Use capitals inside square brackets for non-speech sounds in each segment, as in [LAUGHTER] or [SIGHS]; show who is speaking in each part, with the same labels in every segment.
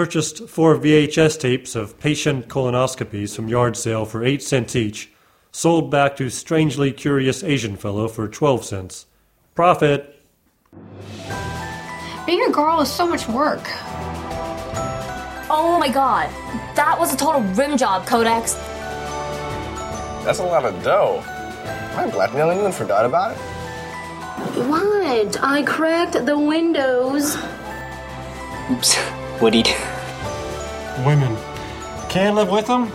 Speaker 1: purchased four VHS tapes of patient colonoscopies from yard sale for 8 cents each, sold back to strangely curious Asian fellow for 12 cents. Profit!
Speaker 2: Being a girl is so much work.
Speaker 3: Oh my god, that was a total rim job, Codex.
Speaker 4: That's a lot of dough. I'm glad no one forgot about it.
Speaker 5: What? I cracked the windows.
Speaker 6: Oops, Woody.
Speaker 1: Women. Can't live with them?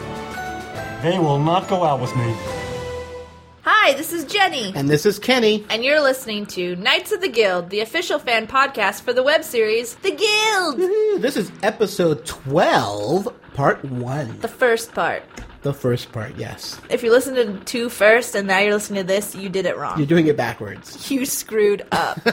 Speaker 1: They will not go out with me.
Speaker 7: Hi, this is Jenny.
Speaker 8: And this is Kenny.
Speaker 7: And you're listening to Knights of the Guild, the official fan podcast for the web series The Guild.
Speaker 8: Woo, This is episode 12, part 1.
Speaker 7: The first part.
Speaker 8: The first part, yes.
Speaker 7: If you listened to two first and now you're listening to this, you did it wrong.
Speaker 8: You're doing it backwards.
Speaker 7: you screwed up.
Speaker 8: [LAUGHS]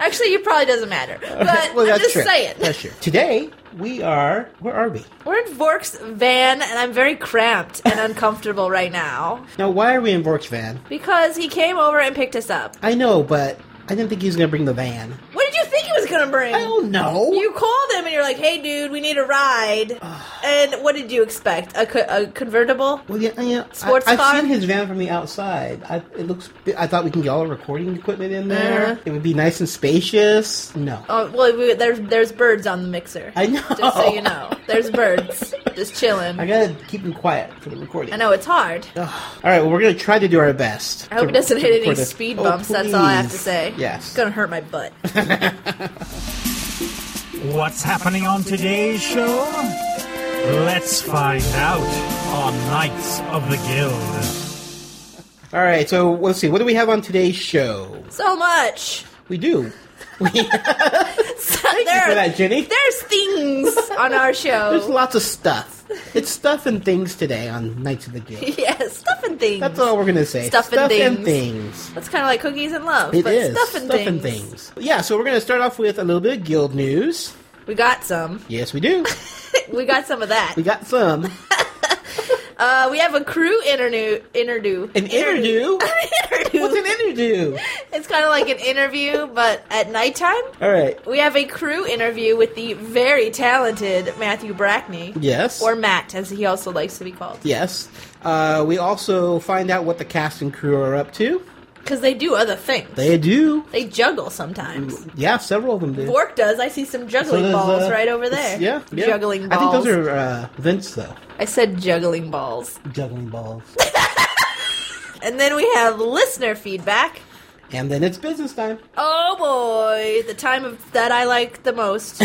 Speaker 7: Actually, it probably doesn't matter. But
Speaker 8: Well,
Speaker 7: I'm
Speaker 8: that's
Speaker 7: just
Speaker 8: true.
Speaker 7: saying.
Speaker 8: That's true. Today, we are. Where are we?
Speaker 7: We're in Vork's van, and I'm very cramped and uncomfortable right now
Speaker 8: Now, why are we in Vork's van?
Speaker 7: because he came over and picked us up.
Speaker 8: I know, but I didn't think he was going to bring the van.
Speaker 7: What did you think he was going to bring?
Speaker 8: I don't know.
Speaker 7: You called him and you're like, "Hey, dude, we need a
Speaker 8: [SIGHS]
Speaker 7: ride." and what did you expect? A, co- a convertible?
Speaker 8: Well, yeah, yeah.
Speaker 7: Sports
Speaker 8: I, I've
Speaker 7: car?
Speaker 8: seen his van from the outside. I, it looks. I thought we can get all our recording equipment in there. It would be nice and spacious. No,
Speaker 7: Uh-huh. Oh, well, we, there's there's birds on the mixer.
Speaker 8: I know.
Speaker 7: Just so you know, there's birds just chilling.
Speaker 8: I
Speaker 7: I,
Speaker 8: gotta keep him quiet for the recording.
Speaker 7: know it's hard.
Speaker 8: All right, well, we're gonna try to do our best.
Speaker 7: I hope it doesn't hit any speed bumps. that's all I have to say. It's
Speaker 8: Yes.
Speaker 7: gonna hurt my
Speaker 8: [LAUGHS]
Speaker 7: butt.
Speaker 9: What's happening on today's show? Let's find out on Knights of the Guild.
Speaker 8: All right, so let's see. What do we have on today's show?
Speaker 7: so much.
Speaker 8: We do.
Speaker 7: there,
Speaker 8: for that, Jenny.
Speaker 7: There's things on our
Speaker 8: [LAUGHS] There's
Speaker 7: show.
Speaker 8: lots of stuff. It's stuff and things today on Knights of
Speaker 7: [LAUGHS]
Speaker 8: the
Speaker 7: [LAUGHS]
Speaker 8: Guild.
Speaker 7: yeah, stuff and things.
Speaker 8: That's all we're gonna say.
Speaker 7: Stuff and things.
Speaker 8: and things.
Speaker 7: That's kind of like cookies and love.
Speaker 8: It
Speaker 7: but
Speaker 8: is
Speaker 7: stuff and things.
Speaker 8: Yeah, so we're going to start off with a little bit of guild news.
Speaker 7: We got some.
Speaker 8: Yes, we do.
Speaker 7: We got some of that.
Speaker 8: we got some.
Speaker 7: [LAUGHS] Uh, we have a crew interview. Interview.
Speaker 8: An interview.
Speaker 7: interview.
Speaker 8: What's an interview?
Speaker 7: It's kind of like an interview, but at nighttime. [LAUGHS]
Speaker 8: All right.
Speaker 7: We have a crew interview with the very talented Matthew Brackney.
Speaker 8: Yes.
Speaker 7: Or Matt, as he also likes to be called.
Speaker 8: yes. Uh, we also find out what the cast and crew are up to.
Speaker 7: Because they do other things.
Speaker 8: They do.
Speaker 7: They juggle sometimes.
Speaker 8: Yeah, several of them do.
Speaker 7: Bork does. I see some juggling
Speaker 8: So there's,
Speaker 7: balls
Speaker 8: uh,
Speaker 7: right over
Speaker 8: it's-
Speaker 7: there.
Speaker 8: Yeah, yeah.
Speaker 7: Juggling balls.
Speaker 8: I think those are uh, Vince though.
Speaker 7: I said juggling balls.
Speaker 8: Juggling balls. [LAUGHS]
Speaker 7: And then we have listener feedback.
Speaker 8: and then it's business time.
Speaker 7: Oh boy, the time of that I like the
Speaker 8: [LAUGHS]
Speaker 7: most.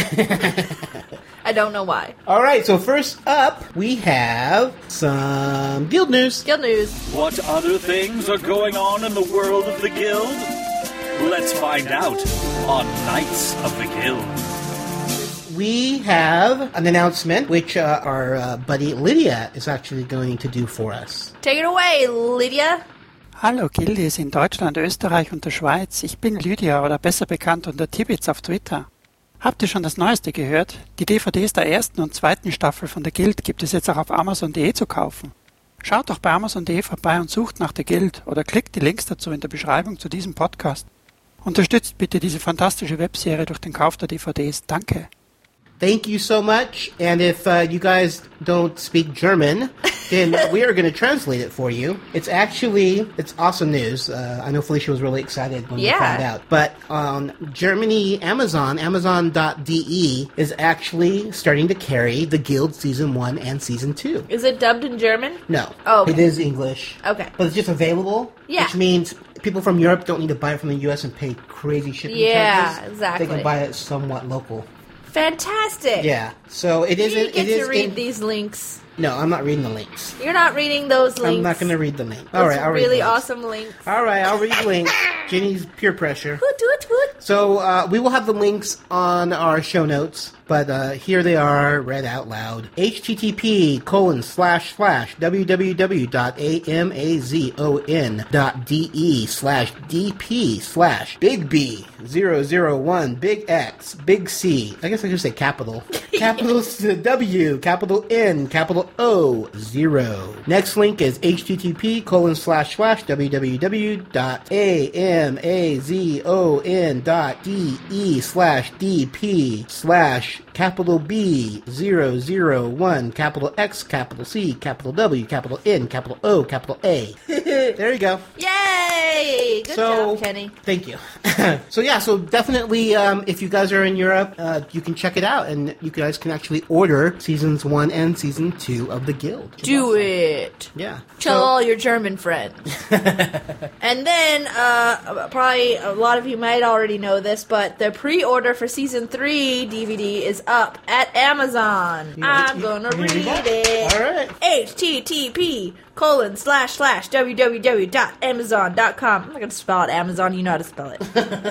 Speaker 7: I don't know why.
Speaker 8: All right. So first up, we have some guild news.
Speaker 7: Guild news.
Speaker 9: What other things are going on in the world of the Guild? Let's find out on Knights of the Guild.
Speaker 8: We have an announcement, which uh, our uh, buddy Lydia is actually going to do for us.
Speaker 7: Take it away, Lydia.
Speaker 10: Hallo Gildis in Deutschland, Österreich und der Schweiz. Ich bin Lydia oder besser bekannt unter Tibbits auf Twitter. Habt ihr schon das Neueste gehört? Die DVDs der ersten und zweiten Staffel von der Guild gibt es jetzt auch auf Amazon.de zu kaufen. Schaut doch bei Amazon.de vorbei und sucht nach der Guild oder klickt die Links dazu in der Beschreibung zu diesem Podcast. Unterstützt bitte diese fantastische Webserie durch den Kauf der DVDs. Danke.
Speaker 8: Thank you so much. And if uh, you guys don't speak German,
Speaker 10: [LAUGHS]
Speaker 8: then we are going to translate it for you. It's actually it's awesome news. Uh, I know Felicia was really excited when
Speaker 7: Yeah.
Speaker 8: we found out. But on Germany, Amazon, Amazon.de is actually starting to carry the Guild season one and season two.
Speaker 7: Is it dubbed in German?
Speaker 8: No,
Speaker 7: Oh.
Speaker 8: it is English.
Speaker 7: Okay.
Speaker 8: but it's just available.
Speaker 7: Yeah.
Speaker 8: which means people from Europe don't need to buy it from the U.S. and pay crazy shipping
Speaker 7: Yeah,
Speaker 8: charges.
Speaker 7: exactly.
Speaker 8: They can buy it somewhat local.
Speaker 7: Fantastic.
Speaker 8: Yeah, so it is.
Speaker 7: You
Speaker 8: It
Speaker 7: get
Speaker 8: is
Speaker 7: to read
Speaker 8: in-
Speaker 7: these links.
Speaker 8: No, I'm not reading the links.
Speaker 7: You're not reading those links.
Speaker 8: I'm not going to read the link. All
Speaker 7: Those
Speaker 8: right, I'll read
Speaker 7: really
Speaker 8: the links.
Speaker 7: awesome links.
Speaker 8: All right, I'll read the links. Jenny's peer pressure.
Speaker 7: Hoot, hoot, hoot.
Speaker 8: So uh, we will have the links on our show notes, but uh, here they are read out loud. http colon slash slash www.amazon.de E slash dp slash big b 001 big x big c. I guess I should say capital. capital s- W, capital N, capital O, zero. Next link is http colon slash slash www dot a m a z o n dot d e slash d p slash capital B, zero, zero, one, capital X, capital C, capital W, capital N, capital O, capital A. [LAUGHS] there you go.
Speaker 7: Yay! Good job, Kenny.
Speaker 8: Thank you. [LAUGHS] so yeah, so definitely, um, if you guys are in Europe, uh, you can check it out, and you guys can actually order seasons one and season two of the Guild.
Speaker 7: Do it.
Speaker 8: Yeah.
Speaker 7: Tell all your German
Speaker 8: [LAUGHS]
Speaker 7: friends. and then, uh, probably a lot of you might already know this, but the pre order for season three DVD is up at Amazon. I'm gonna read it.
Speaker 8: All right.
Speaker 7: http colon slash slash www.amazon.com. I'm not gonna spell it Amazon, you know how to spell it.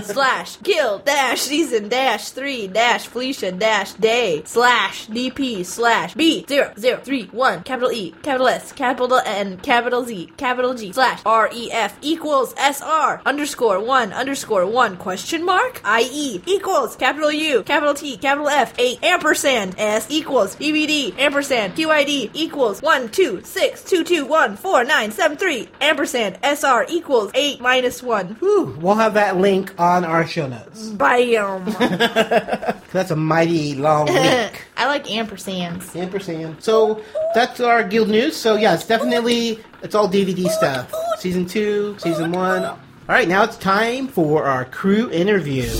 Speaker 7: slash guild dash season dash three dash Felicia dash day slash DP slash B zero zero three one capital E capital S capital N capital Z capital G slash R E F equals SR underscore one underscore one question mark IE equals capital U capital T capital F eight ampersand S equals BBD ampersand QID equals one two six two two one four nine seven three ampersand SR equals eight minus one. [LAUGHS]
Speaker 8: Whew, we'll have that link on our show
Speaker 7: Mm.
Speaker 8: notes.
Speaker 7: Bam.
Speaker 8: 'Cause That's a mighty long link.
Speaker 7: [LAUGHS] I like ampersands.
Speaker 8: Ampersand. So that's our guild news. So yeah, it's definitely it's all DVD stuff. Season two, season one. All right, now it's time for our crew interview.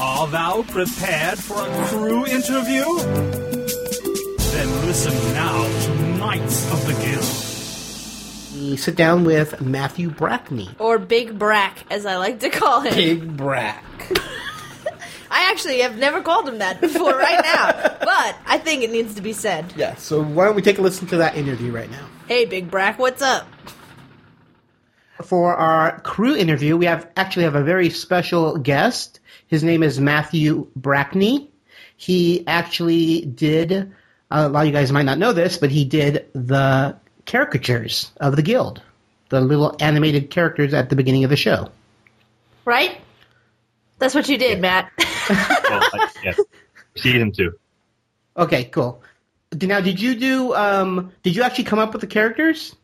Speaker 9: Are thou prepared for a crew interview? Then listen now to Knights of the Guild.
Speaker 8: We sit down with Matthew Brackney.
Speaker 7: Or Big Brack, as I like to call him.
Speaker 8: Big Brack.
Speaker 7: I actually have never called him that before right now, but I think it needs to be said.
Speaker 8: Yeah. So why don't we take a listen to that interview right now?
Speaker 7: Hey, Big Brack, what's up?
Speaker 8: For our crew interview, we have actually have a very special guest. His name is Matthew Brackney. He actually did uh, a lot of you guys might not know this, but he did the caricatures of the guild, the little animated characters at the beginning of the show.
Speaker 7: Right? That's what you did, Matt. [LAUGHS]
Speaker 11: well, I, yeah. Season two.
Speaker 8: Okay, cool. Now, did you do? Um, did you actually come up with the characters?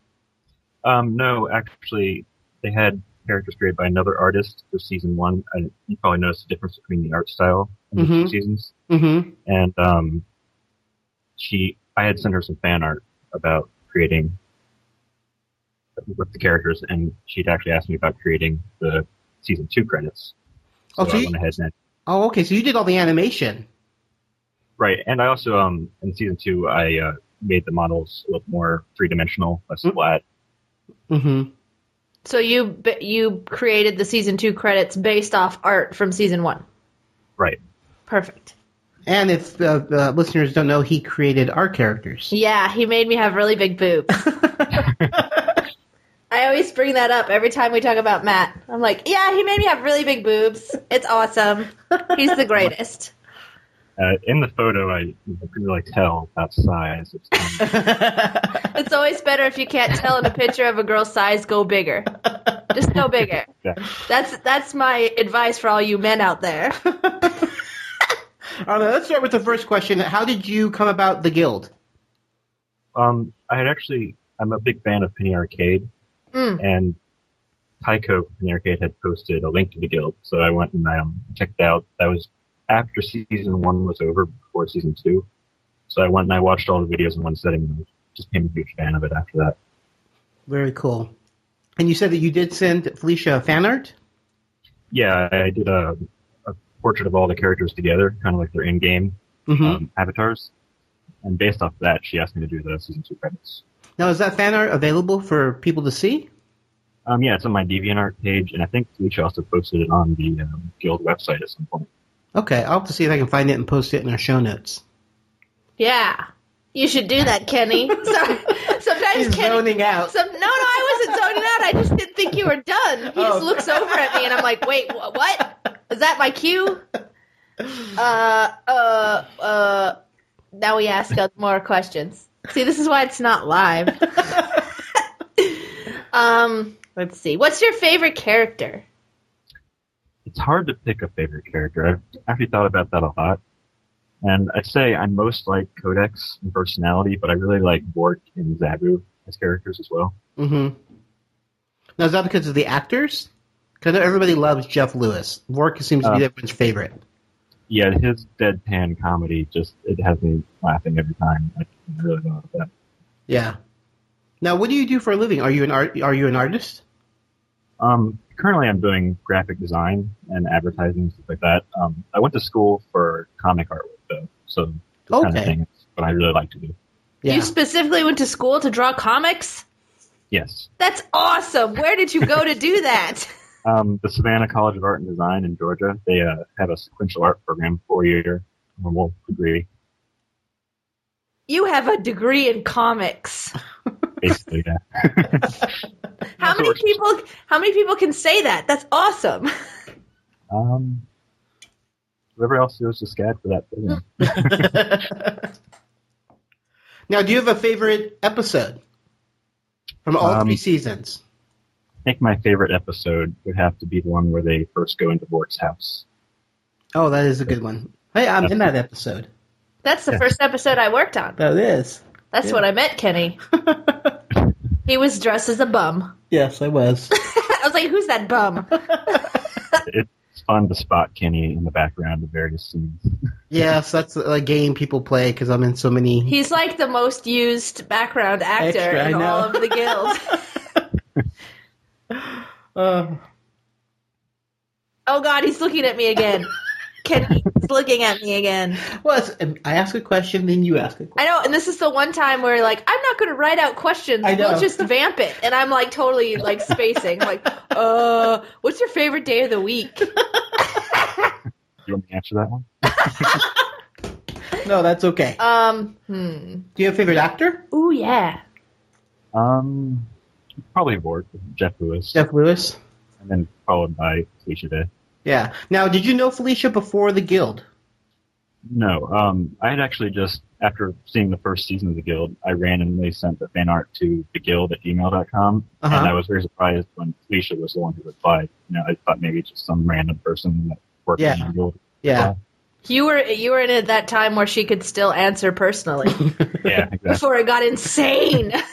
Speaker 11: Um, no, actually, they had characters created by another artist for season one. I, you probably noticed the difference between the art style in the
Speaker 8: Mhm.
Speaker 11: two seasons.
Speaker 8: Mm-hmm.
Speaker 11: And um, she, I had sent her some fan art about creating with the characters, and she'd actually asked me about creating the season two credits. So
Speaker 8: Okay.
Speaker 11: I went ahead and
Speaker 8: Oh, okay. So you did all the animation.
Speaker 11: Right, and I also um in season two I uh, made the models look more three dimensional, less flat.
Speaker 8: Mm-hmm.
Speaker 12: So you b- you created the season two credits based off art from season one.
Speaker 11: Right.
Speaker 12: Perfect.
Speaker 8: And if uh, uh, listeners don't know, he created our characters.
Speaker 12: Yeah, he made me have really big boobs. I always bring that up every time we talk about Matt. I'm like, yeah, he made me have really big boobs. It's awesome. He's the greatest.
Speaker 11: Uh, in the photo, I you can really tell that size. It's,
Speaker 12: It's always better if you can't tell in a picture of a girl's size, go bigger. Just go bigger.
Speaker 11: yeah.
Speaker 12: That's that's my advice for all you men out there.
Speaker 8: All right, Uh, let's start with the first question. How did you come about the guild?
Speaker 11: Um, I had actually I'm a big fan of Penny Arcade,
Speaker 12: Mm.
Speaker 11: and Tycho from Penny Arcade had posted a link to the guild, so I went and um, checked it out. That was after season one was over, before season two. So I went and I watched all the videos in one sitting, and I just became a huge fan of it after that.
Speaker 8: Very cool. And you said that you did send Felicia fan art.
Speaker 11: Yeah, I did a, a portrait of all the characters together, kind of like their in-game
Speaker 8: Mhm.
Speaker 11: um, avatars. And based off that, she asked me to do the season two credits.
Speaker 8: Now, is that fan art available for people to see?
Speaker 11: Um, yeah, it's on my DeviantArt page, and I think Felicia also posted it on the um, guild website at some point.
Speaker 8: Okay, I'll have to see if I can find it and post it in our show notes.
Speaker 12: Yeah. You should do that, Kenny. Sorry. Sometimes
Speaker 8: He's
Speaker 12: Kenny
Speaker 8: zoning out.
Speaker 12: Some, no, no, I wasn't zoning out. I just didn't think you were done. He
Speaker 8: Oh.
Speaker 12: just looks over at me, and I'm like, "Wait, wh- what? Is that my cue?" Uh, uh, uh. Now we ask us more questions. See, this is why it's not live. um, let's see. What's your favorite character?
Speaker 11: It's hard to pick a favorite character. I've actually thought about that a lot. And I'd say I most like Codex in personality, but I really like Bork and Zabu as characters as well.
Speaker 8: hmm Now, is that because of the actors? Because everybody loves Jeff Lewis. Vork seems to be
Speaker 11: Uh,
Speaker 8: everyone's favorite.
Speaker 11: yeah, his deadpan comedy just it has me laughing every time. I really love that.
Speaker 8: Yeah. Now, what do you do for a living? Are you an art? Are you an artist?
Speaker 11: Um, currently, I'm doing graphic design and advertising and stuff like that. Um, I went to school for comic artwork though, so the kind of
Speaker 7: Okay.
Speaker 11: thing is what I really like to do.
Speaker 7: You specifically went to school to draw comics?
Speaker 11: Yes.
Speaker 7: That's awesome. Where did you go to do that?
Speaker 11: Um, the Savannah College of Art and Design in Georgia, they uh, have a sequential art program, four year, normal degree,
Speaker 7: You have a degree in comics.
Speaker 11: basically. yeah. [LAUGHS]
Speaker 7: How many people how many people can say that? That's awesome. [LAUGHS]
Speaker 11: Um, whoever else goes to SCAD for that program.
Speaker 8: Now, do you have a favorite episode from all
Speaker 11: Um,
Speaker 8: three seasons?
Speaker 11: I think my favorite episode would have to be the one where they first go into Vort's house.
Speaker 8: Oh, that is a good one. Hey, I'm in that episode.
Speaker 7: That's the
Speaker 11: Yeah.
Speaker 7: first episode I worked on.
Speaker 8: That is.
Speaker 7: That's
Speaker 8: Yeah.
Speaker 7: what I met
Speaker 8: [LAUGHS]
Speaker 7: Kenny. he was dressed as a bum. [LAUGHS]
Speaker 8: Yes, I was.
Speaker 7: I was like, who's that bum?
Speaker 11: It's fun to spot Kenny in the background of various scenes.
Speaker 8: [LAUGHS] yes, that's a game people play because I'm in so many.
Speaker 7: He's like the most used background actor
Speaker 8: Extra, I
Speaker 7: in all
Speaker 8: know.
Speaker 7: of the
Speaker 8: [LAUGHS]
Speaker 7: guild.
Speaker 8: Uh,
Speaker 7: oh god, he's looking at me
Speaker 8: [LAUGHS]
Speaker 7: again. Kenny's looking at me again.
Speaker 8: well, it's- um, I ask a question, then you ask a question.
Speaker 7: I know, and this is the one time where like I'm not going to write out questions.
Speaker 8: I know.
Speaker 7: We'll just vamp it, and I'm like totally like spacing.
Speaker 8: [LAUGHS]
Speaker 7: like, uh, what's your favorite day of the week?
Speaker 11: You want me to answer that one?
Speaker 8: No, that's okay.
Speaker 7: Um, hmm.
Speaker 8: Do you have a favorite actor?
Speaker 7: Ooh yeah.
Speaker 11: Um, probably Vort, Jeff Lewis,
Speaker 8: Jeff Lewis.
Speaker 11: and then followed by Felicia Day.
Speaker 8: Yeah. Now, did you know Felicia before the guild?
Speaker 11: No, um, I had actually just, after seeing the first season of The Guild, I randomly sent the fan art to theguild at gmail.com,
Speaker 8: Uh-huh.
Speaker 11: and I was very surprised when Felicia was the one who replied. You know, I thought maybe it's just some random person that worked
Speaker 8: Yeah.
Speaker 11: in The Guild.
Speaker 8: Yeah.
Speaker 7: You were you were in at that time where she could still answer personally
Speaker 11: Yeah, exactly.
Speaker 7: before it got
Speaker 8: [LAUGHS]
Speaker 7: insane. [LAUGHS]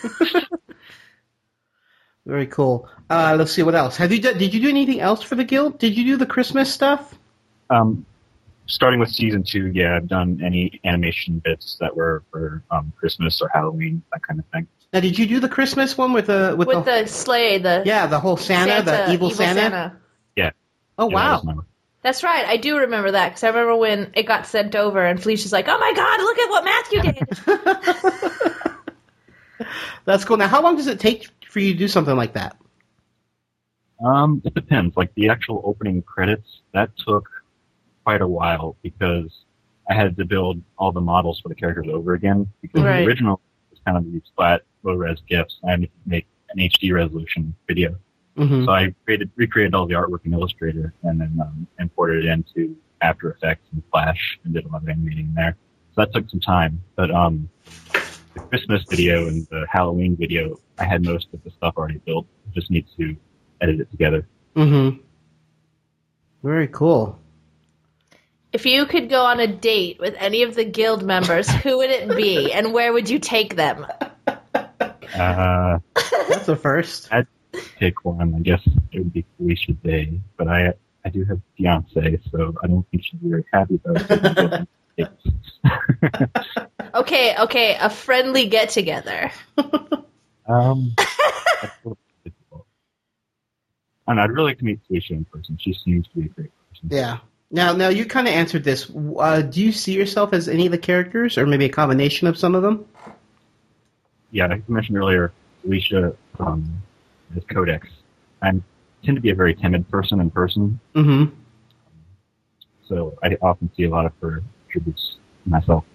Speaker 8: Very cool. Uh, let's see what else. Have you done, did you do anything else for the guild? Did you do the Christmas stuff?
Speaker 11: Um, starting with season two, yeah, I've done any animation bits that were for um, Christmas or Halloween, that kind of thing.
Speaker 8: Now, did you do the Christmas one with the with,
Speaker 7: With
Speaker 8: the,
Speaker 7: the sleigh, the
Speaker 8: yeah the whole Santa, the evil, Santa?
Speaker 11: Yeah. Yeah,
Speaker 8: Oh
Speaker 11: that
Speaker 8: wow!
Speaker 11: was my-
Speaker 7: That's right. I do remember that because I remember when it got sent over, and Felicia's like, "Oh my god, look at what Matthew did!"
Speaker 8: [LAUGHS] That's cool. Now, how long does it take for you to do something like that?
Speaker 11: Um, it depends. Like the actual opening credits, that took quite a while because I had to build all the models for the characters over again because
Speaker 7: Right.
Speaker 11: the original was kind of these flat, low res GIFs. I had to make an HD resolution video.
Speaker 8: Mhm.
Speaker 11: So I created, recreated all the artwork in Illustrator and then um, imported it into After Effects and Flash and did a lot of animating there. So that took some time, but um, the Christmas video and the Halloween video, I had most of the stuff already built. Just need to edit it together.
Speaker 8: Mm-hmm. Very cool.
Speaker 7: If you could go on a date with any of the guild members, who would it be, and where would you take them?
Speaker 11: Uh,
Speaker 8: That's a first.
Speaker 11: I'd pick one. I guess it would be Felicia Day, but I I do have a fiance, so I don't think she'd be very happy about it.
Speaker 7: Okay, okay, a friendly get together.
Speaker 11: um, that's a little difficult. I don't know, I'd really like to meet Felicia in person. She seems to be a great person.
Speaker 8: Yeah. Now, now you kind of answered this. Uh, do you see yourself as any of the characters, or maybe a combination of some of them?
Speaker 11: yeah, I mentioned earlier, Alicia um, is Codex. I tend to be a very timid person in person,
Speaker 8: Mm-hmm.
Speaker 11: so I often see a lot of her attributes myself.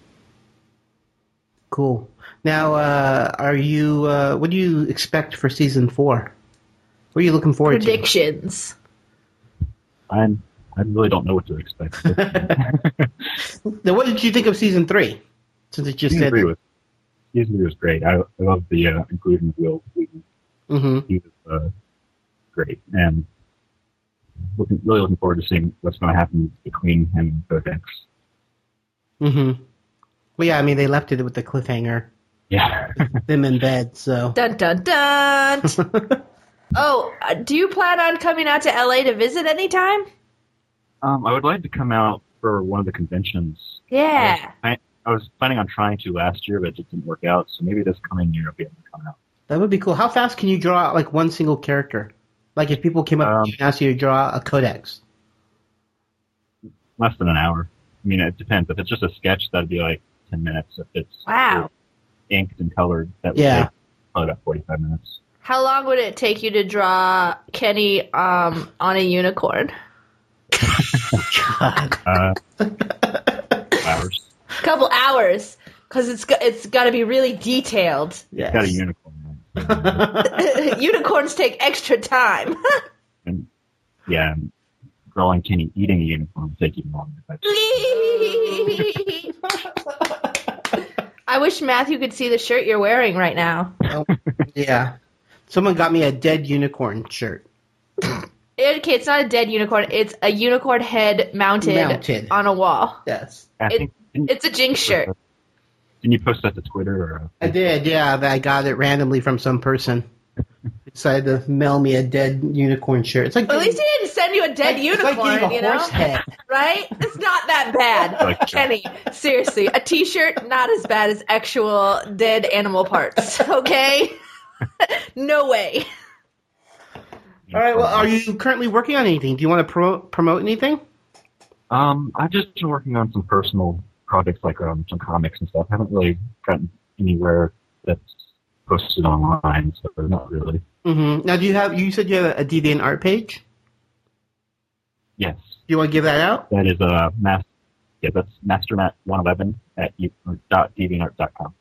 Speaker 8: Cool. Now, uh, are you? Uh, what do you expect for season four? What are you looking forward to?
Speaker 7: Predictions.
Speaker 11: I'm I really don't know what to expect.
Speaker 8: Now, what did you think of season three? Since it just
Speaker 11: season
Speaker 8: said.
Speaker 11: three was season three was great. I, I love the uh, including Will Wheaton.
Speaker 8: Mhm.
Speaker 11: He was uh, great, and looking, really looking forward to seeing what's going to happen between him and Codex.
Speaker 8: Mm-hmm. Well, yeah. I mean, they left it with the cliffhanger.
Speaker 11: Yeah. [LAUGHS]
Speaker 8: Them in bed. So.
Speaker 7: Dun dun dun. oh, uh, do you plan on coming out to LA to visit anytime?
Speaker 11: Um, I would like to come out for one of the conventions.
Speaker 7: Yeah.
Speaker 11: I, I was planning on trying to last year, but it just didn't work out. So maybe this coming year I'll be able to come out.
Speaker 8: That would be cool. How fast can you draw out like one single character? Like if people came up
Speaker 11: Um,
Speaker 8: to you and asked you to draw a codex.
Speaker 11: Less than an hour. I mean, it depends. If it's just a sketch, that'd be like ten minutes. If it's
Speaker 7: Wow.
Speaker 11: inked and colored, that would
Speaker 8: Yeah.
Speaker 11: take probably about forty-five minutes.
Speaker 7: How long would it take you to draw Kenny um, on a unicorn?
Speaker 11: Uh, hours.
Speaker 7: couple hours because it's go- it's got to be really detailed. [LAUGHS]
Speaker 11: It's got a unicorn.
Speaker 7: Unicorns take extra time. [LAUGHS]
Speaker 11: Yeah, and drawing Kenny eating a unicorn would take even longer. But
Speaker 7: I wish Matthew could see the shirt you're wearing right now.
Speaker 8: [LAUGHS] Yeah. Someone got me a dead unicorn shirt.
Speaker 7: Okay, it's not a dead unicorn. It's a unicorn head mounted,
Speaker 8: Mounted.
Speaker 7: on a wall.
Speaker 8: Yes.
Speaker 11: I
Speaker 7: It,
Speaker 11: think,
Speaker 7: it's a Jinx shirt.
Speaker 11: didn't you post that to Twitter or?
Speaker 8: I did, yeah. but I got it randomly from some person. Decided to mail me a dead unicorn shirt. It's like
Speaker 7: At least he didn't send you a dead
Speaker 8: it's like
Speaker 7: unicorn,
Speaker 8: getting a
Speaker 7: you know?
Speaker 8: horse head.
Speaker 7: Right? It's not that bad.
Speaker 11: Like-
Speaker 7: Kenny, seriously, a t shirt, not as bad as actual dead animal parts, [LAUGHS] okay? no way.
Speaker 8: All right. Well, are you currently working on anything? Do you want to pro- promote anything?
Speaker 11: Um, I've just been working on some personal projects, like um, some comics and stuff. I haven't really gotten anywhere that's posted online, so not really.
Speaker 8: Mm-hmm. Now, do you have? You said you have a DeviantArt page. Do
Speaker 11: Yes,
Speaker 8: you want to give that out?
Speaker 11: that is uh, mas- Yeah, that's mastermat111 at e- dot deviantart dot com.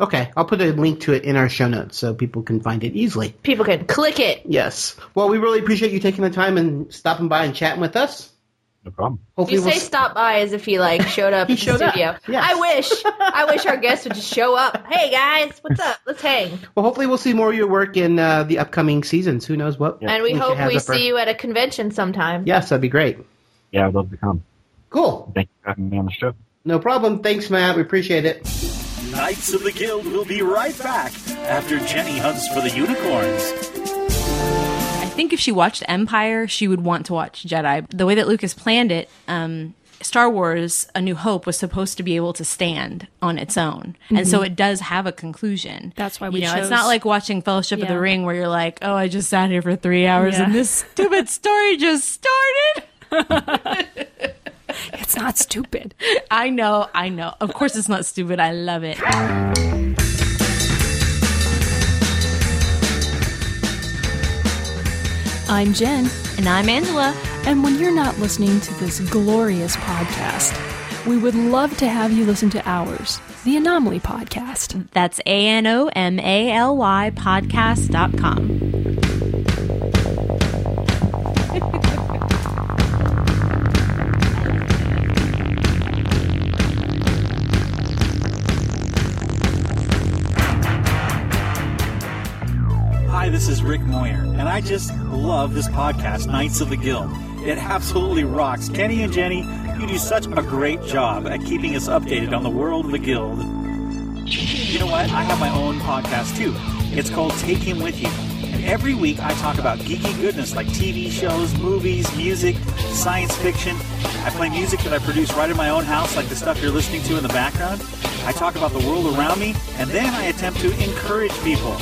Speaker 8: Okay, I'll put a link to it in our show notes so people can find it easily.
Speaker 7: People can click it.
Speaker 8: Yes. Well, we really appreciate you taking the time and stopping by and chatting with us.
Speaker 11: No problem.
Speaker 8: Hopefully,
Speaker 7: You say
Speaker 8: we'll-
Speaker 7: stop by as if he like showed up
Speaker 8: He
Speaker 7: at the
Speaker 8: showed up,
Speaker 7: studio.
Speaker 8: yes.
Speaker 7: I wish. I wish our guests would just show up. Hey guys, what's up? Let's hang.
Speaker 8: well, hopefully we'll see more of your work in uh, the upcoming seasons. Who knows what?
Speaker 7: And we
Speaker 8: Alicia
Speaker 7: hope
Speaker 8: has
Speaker 7: we
Speaker 8: up her-
Speaker 7: see you at a convention sometime.
Speaker 8: Yes, that'd be great.
Speaker 11: Yeah, I'd love to come.
Speaker 8: Cool.
Speaker 11: Thank you for having me on the show.
Speaker 8: No problem. Thanks, Matt. We appreciate it.
Speaker 10: Knights of the Guild will be right back after Jenny hunts for the unicorns.
Speaker 13: I think if she watched Empire, she would want to watch Jedi. The way that Lucas planned it, um, Star Wars: A New Hope was supposed to be able to stand on its own, and so
Speaker 14: Mhm.
Speaker 13: it does have a conclusion.
Speaker 14: That's why
Speaker 13: You
Speaker 14: we
Speaker 13: know,
Speaker 14: chose-
Speaker 13: it's not Mm-hmm. like watching Fellowship of
Speaker 14: Yeah.
Speaker 13: the Ring where you're like, oh, I just sat here for three hours
Speaker 14: Yeah.
Speaker 13: and this [LAUGHS] stupid story just started.
Speaker 14: It's not stupid.
Speaker 13: I know, Oh, I know. Of course, it's not stupid. I love it.
Speaker 14: I'm Jen.
Speaker 13: And I'm Angela.
Speaker 14: And when you're not listening to this glorious podcast, we would love to have you listen to ours, the Anomaly Podcast.
Speaker 13: That's A N O M A L Y podcast.com.
Speaker 10: Hi, this is Rick Moyer, and I just love this podcast, Knights of the Guild. It absolutely rocks. Kenny and Jenny, you do such a great job at keeping us updated on the world of the Guild. You know what? I have my own podcast too. It's called Take Him With You. And every week I talk about geeky goodness like TV shows, movies, music, science fiction. I play music that I produce right in my own house, like the stuff you're listening to in the background. I talk about the world around me, and then I attempt to encourage people.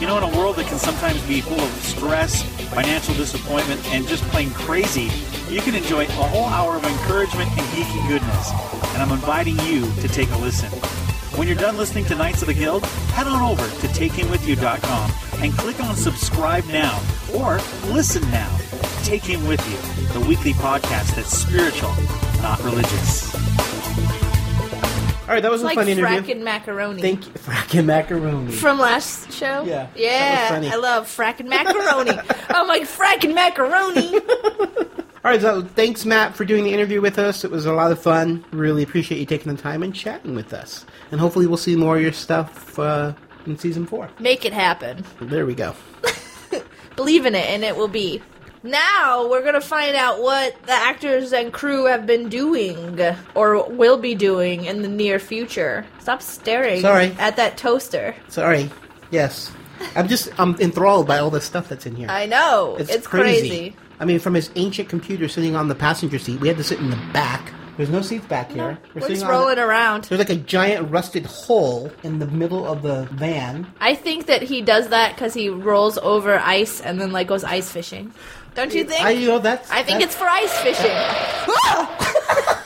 Speaker 10: You know, in a world that can sometimes be full of stress, financial disappointment, and just plain crazy, you can enjoy a whole hour of encouragement and geeky goodness. And I'm inviting you to take a listen. When you're done listening to Knights of the Guild, head on over to takehimwithyou.com and click on subscribe now or listen now. Take Him With You, the weekly podcast that's spiritual, not religious.
Speaker 8: All right, that was
Speaker 7: It's like
Speaker 8: a fun interview.
Speaker 7: frack and macaroni.
Speaker 8: Thank you. Fracking macaroni.
Speaker 7: From last show?
Speaker 8: Yeah, that was
Speaker 7: Yeah.
Speaker 8: funny.
Speaker 7: I love frack and macaroni.
Speaker 8: [LAUGHS]
Speaker 7: I'm like, frack and macaroni.
Speaker 8: All right, so thanks, Matt, for doing the interview with us. It was a lot of fun. Really appreciate you taking the time and chatting with us. And hopefully, we'll see more of your stuff uh, in season four.
Speaker 7: Make it happen.
Speaker 8: There we go.
Speaker 7: believe in it and it will be. Now we're gonna find out what the actors and crew have been doing or will be doing in the near future. Stop staring
Speaker 8: Sorry.
Speaker 7: at that toaster.
Speaker 8: Sorry. Yes, I'm just I'm enthralled by all the stuff that's in here.
Speaker 7: I know. It's, crazy.
Speaker 8: I mean, from his ancient computer sitting on the passenger seat, we had to sit in the back There's no seats back here.
Speaker 7: We're just
Speaker 8: sitting on-
Speaker 7: rolling around.
Speaker 8: There's like a giant rusted hole in the middle of the van.
Speaker 12: I think that he does that because he rolls over ice and then like goes ice fishing.
Speaker 7: Don't you think?
Speaker 8: I uh, you know that's
Speaker 12: I think
Speaker 8: that's-
Speaker 12: it's for ice fishing.
Speaker 8: [LAUGHS]
Speaker 7: [LAUGHS]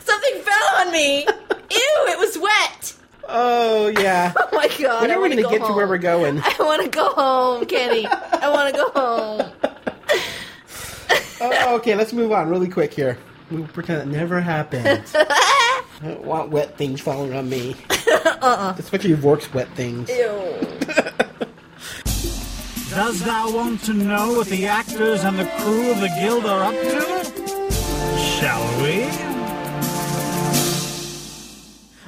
Speaker 7: Something fell on me.
Speaker 8: [LAUGHS]
Speaker 7: Ew, it was wet.
Speaker 8: Oh yeah.
Speaker 7: Oh my [LAUGHS] god.
Speaker 8: When
Speaker 7: I
Speaker 8: are we
Speaker 7: want to
Speaker 8: gonna
Speaker 7: go
Speaker 8: get
Speaker 7: home.
Speaker 8: to where
Speaker 7: [LAUGHS]
Speaker 8: we're going?
Speaker 7: I want to go home, Kenny. I want to go home. [LAUGHS]
Speaker 8: oh, okay, let's move on really quick here. We'll pretend it never
Speaker 7: [LAUGHS]
Speaker 8: happened. I don't want wet things falling on me. uh-uh. Especially Vork's wet things.
Speaker 9: Does thou want to know what the actors and the crew of the guild are up to? Shall we?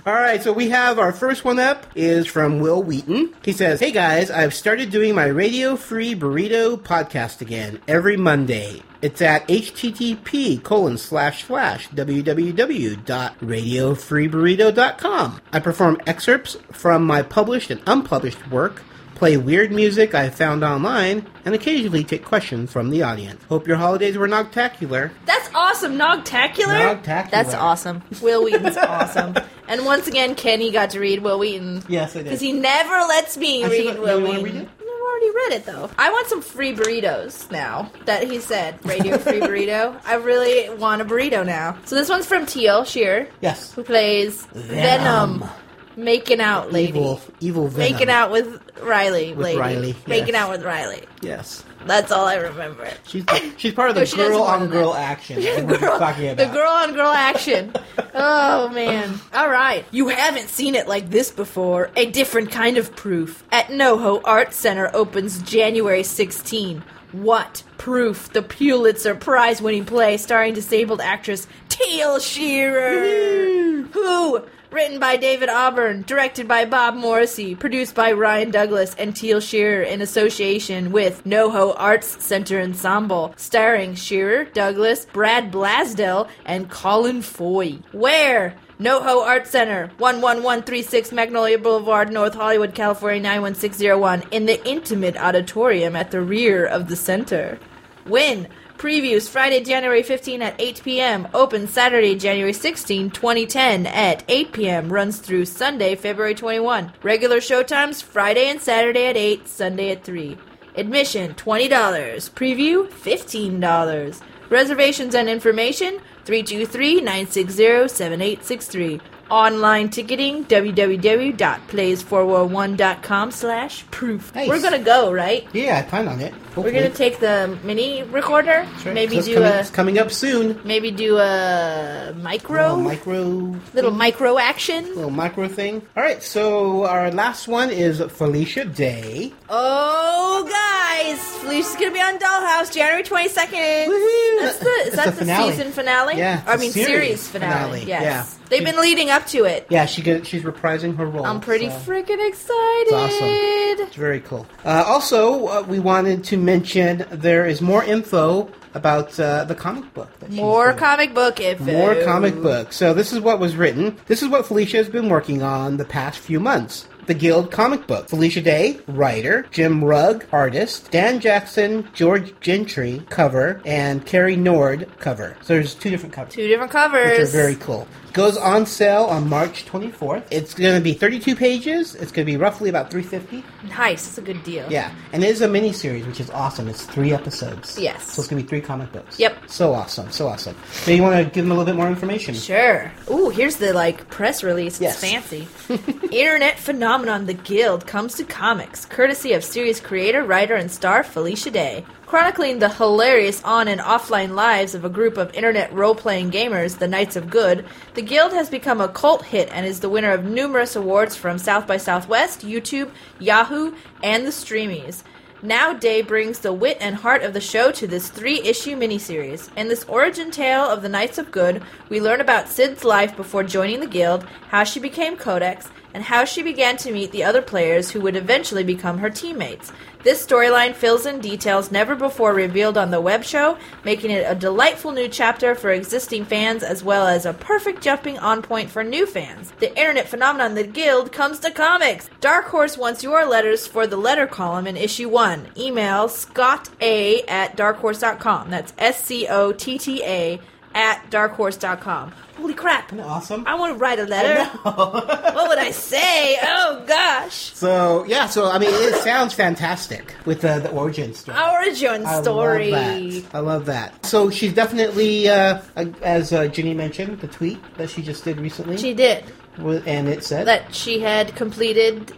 Speaker 8: All right, so we have our first one up is from Will Wheaton. He says, "Hey guys, I've started doing my radio-free burrito podcast again every Monday. It's at http colon slash slash www.radiofreeburrito.com. I perform excerpts from my published and unpublished work." play weird music I found online, and occasionally take questions from the audience. Hope your holidays were nogtacular.
Speaker 7: That's awesome, Nogtacular.
Speaker 8: Nogtacular.
Speaker 7: That's awesome. Will Wheaton's
Speaker 8: [LAUGHS]
Speaker 7: awesome. And once again, Kenny got to read Will Wheaton.
Speaker 8: Yes, I did.
Speaker 7: Because he never lets me
Speaker 8: I should
Speaker 7: read
Speaker 8: let-
Speaker 7: Will
Speaker 8: you wanna
Speaker 7: Wheaton.
Speaker 8: read it?
Speaker 7: I've already read it though. I want some free burritos now that he said radio
Speaker 8: [LAUGHS]
Speaker 7: free burrito. I really want a burrito now. So this one's from Teal Shear.
Speaker 8: Yes.
Speaker 7: Who plays Venom, making out lady,
Speaker 8: Evil, evil venom.
Speaker 7: making out with Riley
Speaker 8: With
Speaker 7: lady,
Speaker 8: Riley,
Speaker 7: making
Speaker 8: yes.
Speaker 7: out with Riley.
Speaker 8: Yes.
Speaker 7: That's all I
Speaker 8: [LAUGHS]
Speaker 7: remember.
Speaker 8: She's she's part of the
Speaker 7: No, she doesn't
Speaker 8: girl
Speaker 7: want
Speaker 8: on
Speaker 7: [LAUGHS]
Speaker 8: girl action that we're talking
Speaker 7: The
Speaker 8: about.
Speaker 7: girl on girl
Speaker 8: [LAUGHS]
Speaker 7: action. oh man. All right. You haven't seen it like this before. A different kind of proof. At NoHo Art Center opens January 16. What proof? The Pulitzer Prize winning play starring disabled actress Teal Shearer. Who? Written by David Auburn, directed by Bob Morrissey, produced by Ryan Douglas and Teal Shearer in association with NoHo Arts Center Ensemble, starring Shearer, Douglas, Brad Blasdell, and Colin Foy. Where? NoHo Art Center, 11136 Magnolia Boulevard, North Hollywood, California 91601, in the intimate auditorium at the rear of the center. Win. Previews Friday, January 15 at 8 p.m. Open Saturday, January 16, 2010 at 8 p.m. Runs through Sunday, February 21. Regular show times Friday and Saturday at 8, Sunday at 3. Admission $20. Preview $15. Reservations and information 323 960 7863. Online ticketing oh www.plays411.com slash proof.
Speaker 8: Nice.
Speaker 7: We're gonna go, right?
Speaker 8: yeah, I plan on it.
Speaker 7: We're
Speaker 8: Hopefully.
Speaker 7: gonna take the mini recorder.
Speaker 8: Sure. So
Speaker 7: Maybe
Speaker 8: it's
Speaker 7: do
Speaker 8: coming,
Speaker 7: a
Speaker 8: it's coming up soon.
Speaker 7: maybe do a micro
Speaker 8: Little micro,
Speaker 7: little micro action.
Speaker 8: little micro thing. All right, so our last one is Felicia Day.
Speaker 7: Oh, guys, Felicia's gonna be on Dollhouse January twenty second. That's the is
Speaker 8: It's
Speaker 7: that
Speaker 8: the
Speaker 7: the
Speaker 8: finale.
Speaker 7: season finale?
Speaker 8: Yeah,
Speaker 7: I
Speaker 8: it's a
Speaker 7: mean
Speaker 8: series
Speaker 7: series, finale.
Speaker 8: finale,
Speaker 7: Yes,
Speaker 8: yeah.
Speaker 7: they've been leading up to it.
Speaker 8: Yeah, she get, she's reprising her role.
Speaker 7: I'm pretty
Speaker 8: so
Speaker 7: freaking
Speaker 8: It's awesome.
Speaker 7: excited.
Speaker 8: It's very cool. Uh, also, uh, we wanted to mention there is more info about uh, the comic book. That she's
Speaker 7: More comic book info.
Speaker 8: More comic books. So this is what was written. This is what Felicia has been working on the past few months. The Guild comic book. Felicia Day, writer. Jim Rugg, artist. Dan Jackson, George Gentry, cover. And Carrie Nord, cover. So there's two different covers.
Speaker 7: Two different covers.
Speaker 8: Which are very cool. Goes on sale on March 24th. It's going to be 32 pages. It's going to be roughly about 350.
Speaker 7: nice. It's a good deal.
Speaker 8: Yeah, and it is a mini series, which is awesome. It's three episodes.
Speaker 7: Yes.
Speaker 8: So it's gonna be three comic books.
Speaker 7: Yep.
Speaker 8: So awesome, so awesome. So you want to give them a little bit more information?
Speaker 7: Sure. Ooh, here's the like press release.
Speaker 8: Yes.
Speaker 7: It's fancy. Internet phenomenon The Guild comes to comics, courtesy of series creator, writer, and star Felicia Day. Chronicling the hilarious on and offline lives of a group of internet role playing gamers, the Knights of Good, the Guild has become a cult hit and is the winner of numerous awards from South by Southwest, YouTube, Yahoo, and the Streamies. Now Day brings the wit and heart of the show to this three issue miniseries. In this origin tale of the Knights of Good, we learn about Sid's life before joining the Guild, how she became Codex, and how she began to meet the other players who would eventually become her teammates. This storyline fills in details never before revealed on the web show, making it a delightful new chapter for existing fans as well as a perfect jumping on point for new fans. The internet phenomenon The Guild comes to comics. Dark Horse wants your letters for the letter column in issue 1. Email scotta at darkhorse.com. That's S C O T T A at darkhorse.com. Holy crap!
Speaker 8: awesome?
Speaker 7: I want to write a letter.
Speaker 8: [LAUGHS]
Speaker 7: what would I say? Oh gosh!
Speaker 8: So yeah, so I mean, it sounds fantastic with the, the origin story.
Speaker 7: Origin
Speaker 8: I love
Speaker 7: story.
Speaker 8: that. I love that. So she's definitely, uh, as uh, Ginny mentioned, the tweet that she just did recently.
Speaker 7: She did.
Speaker 8: Wa- And it said
Speaker 7: That she had completed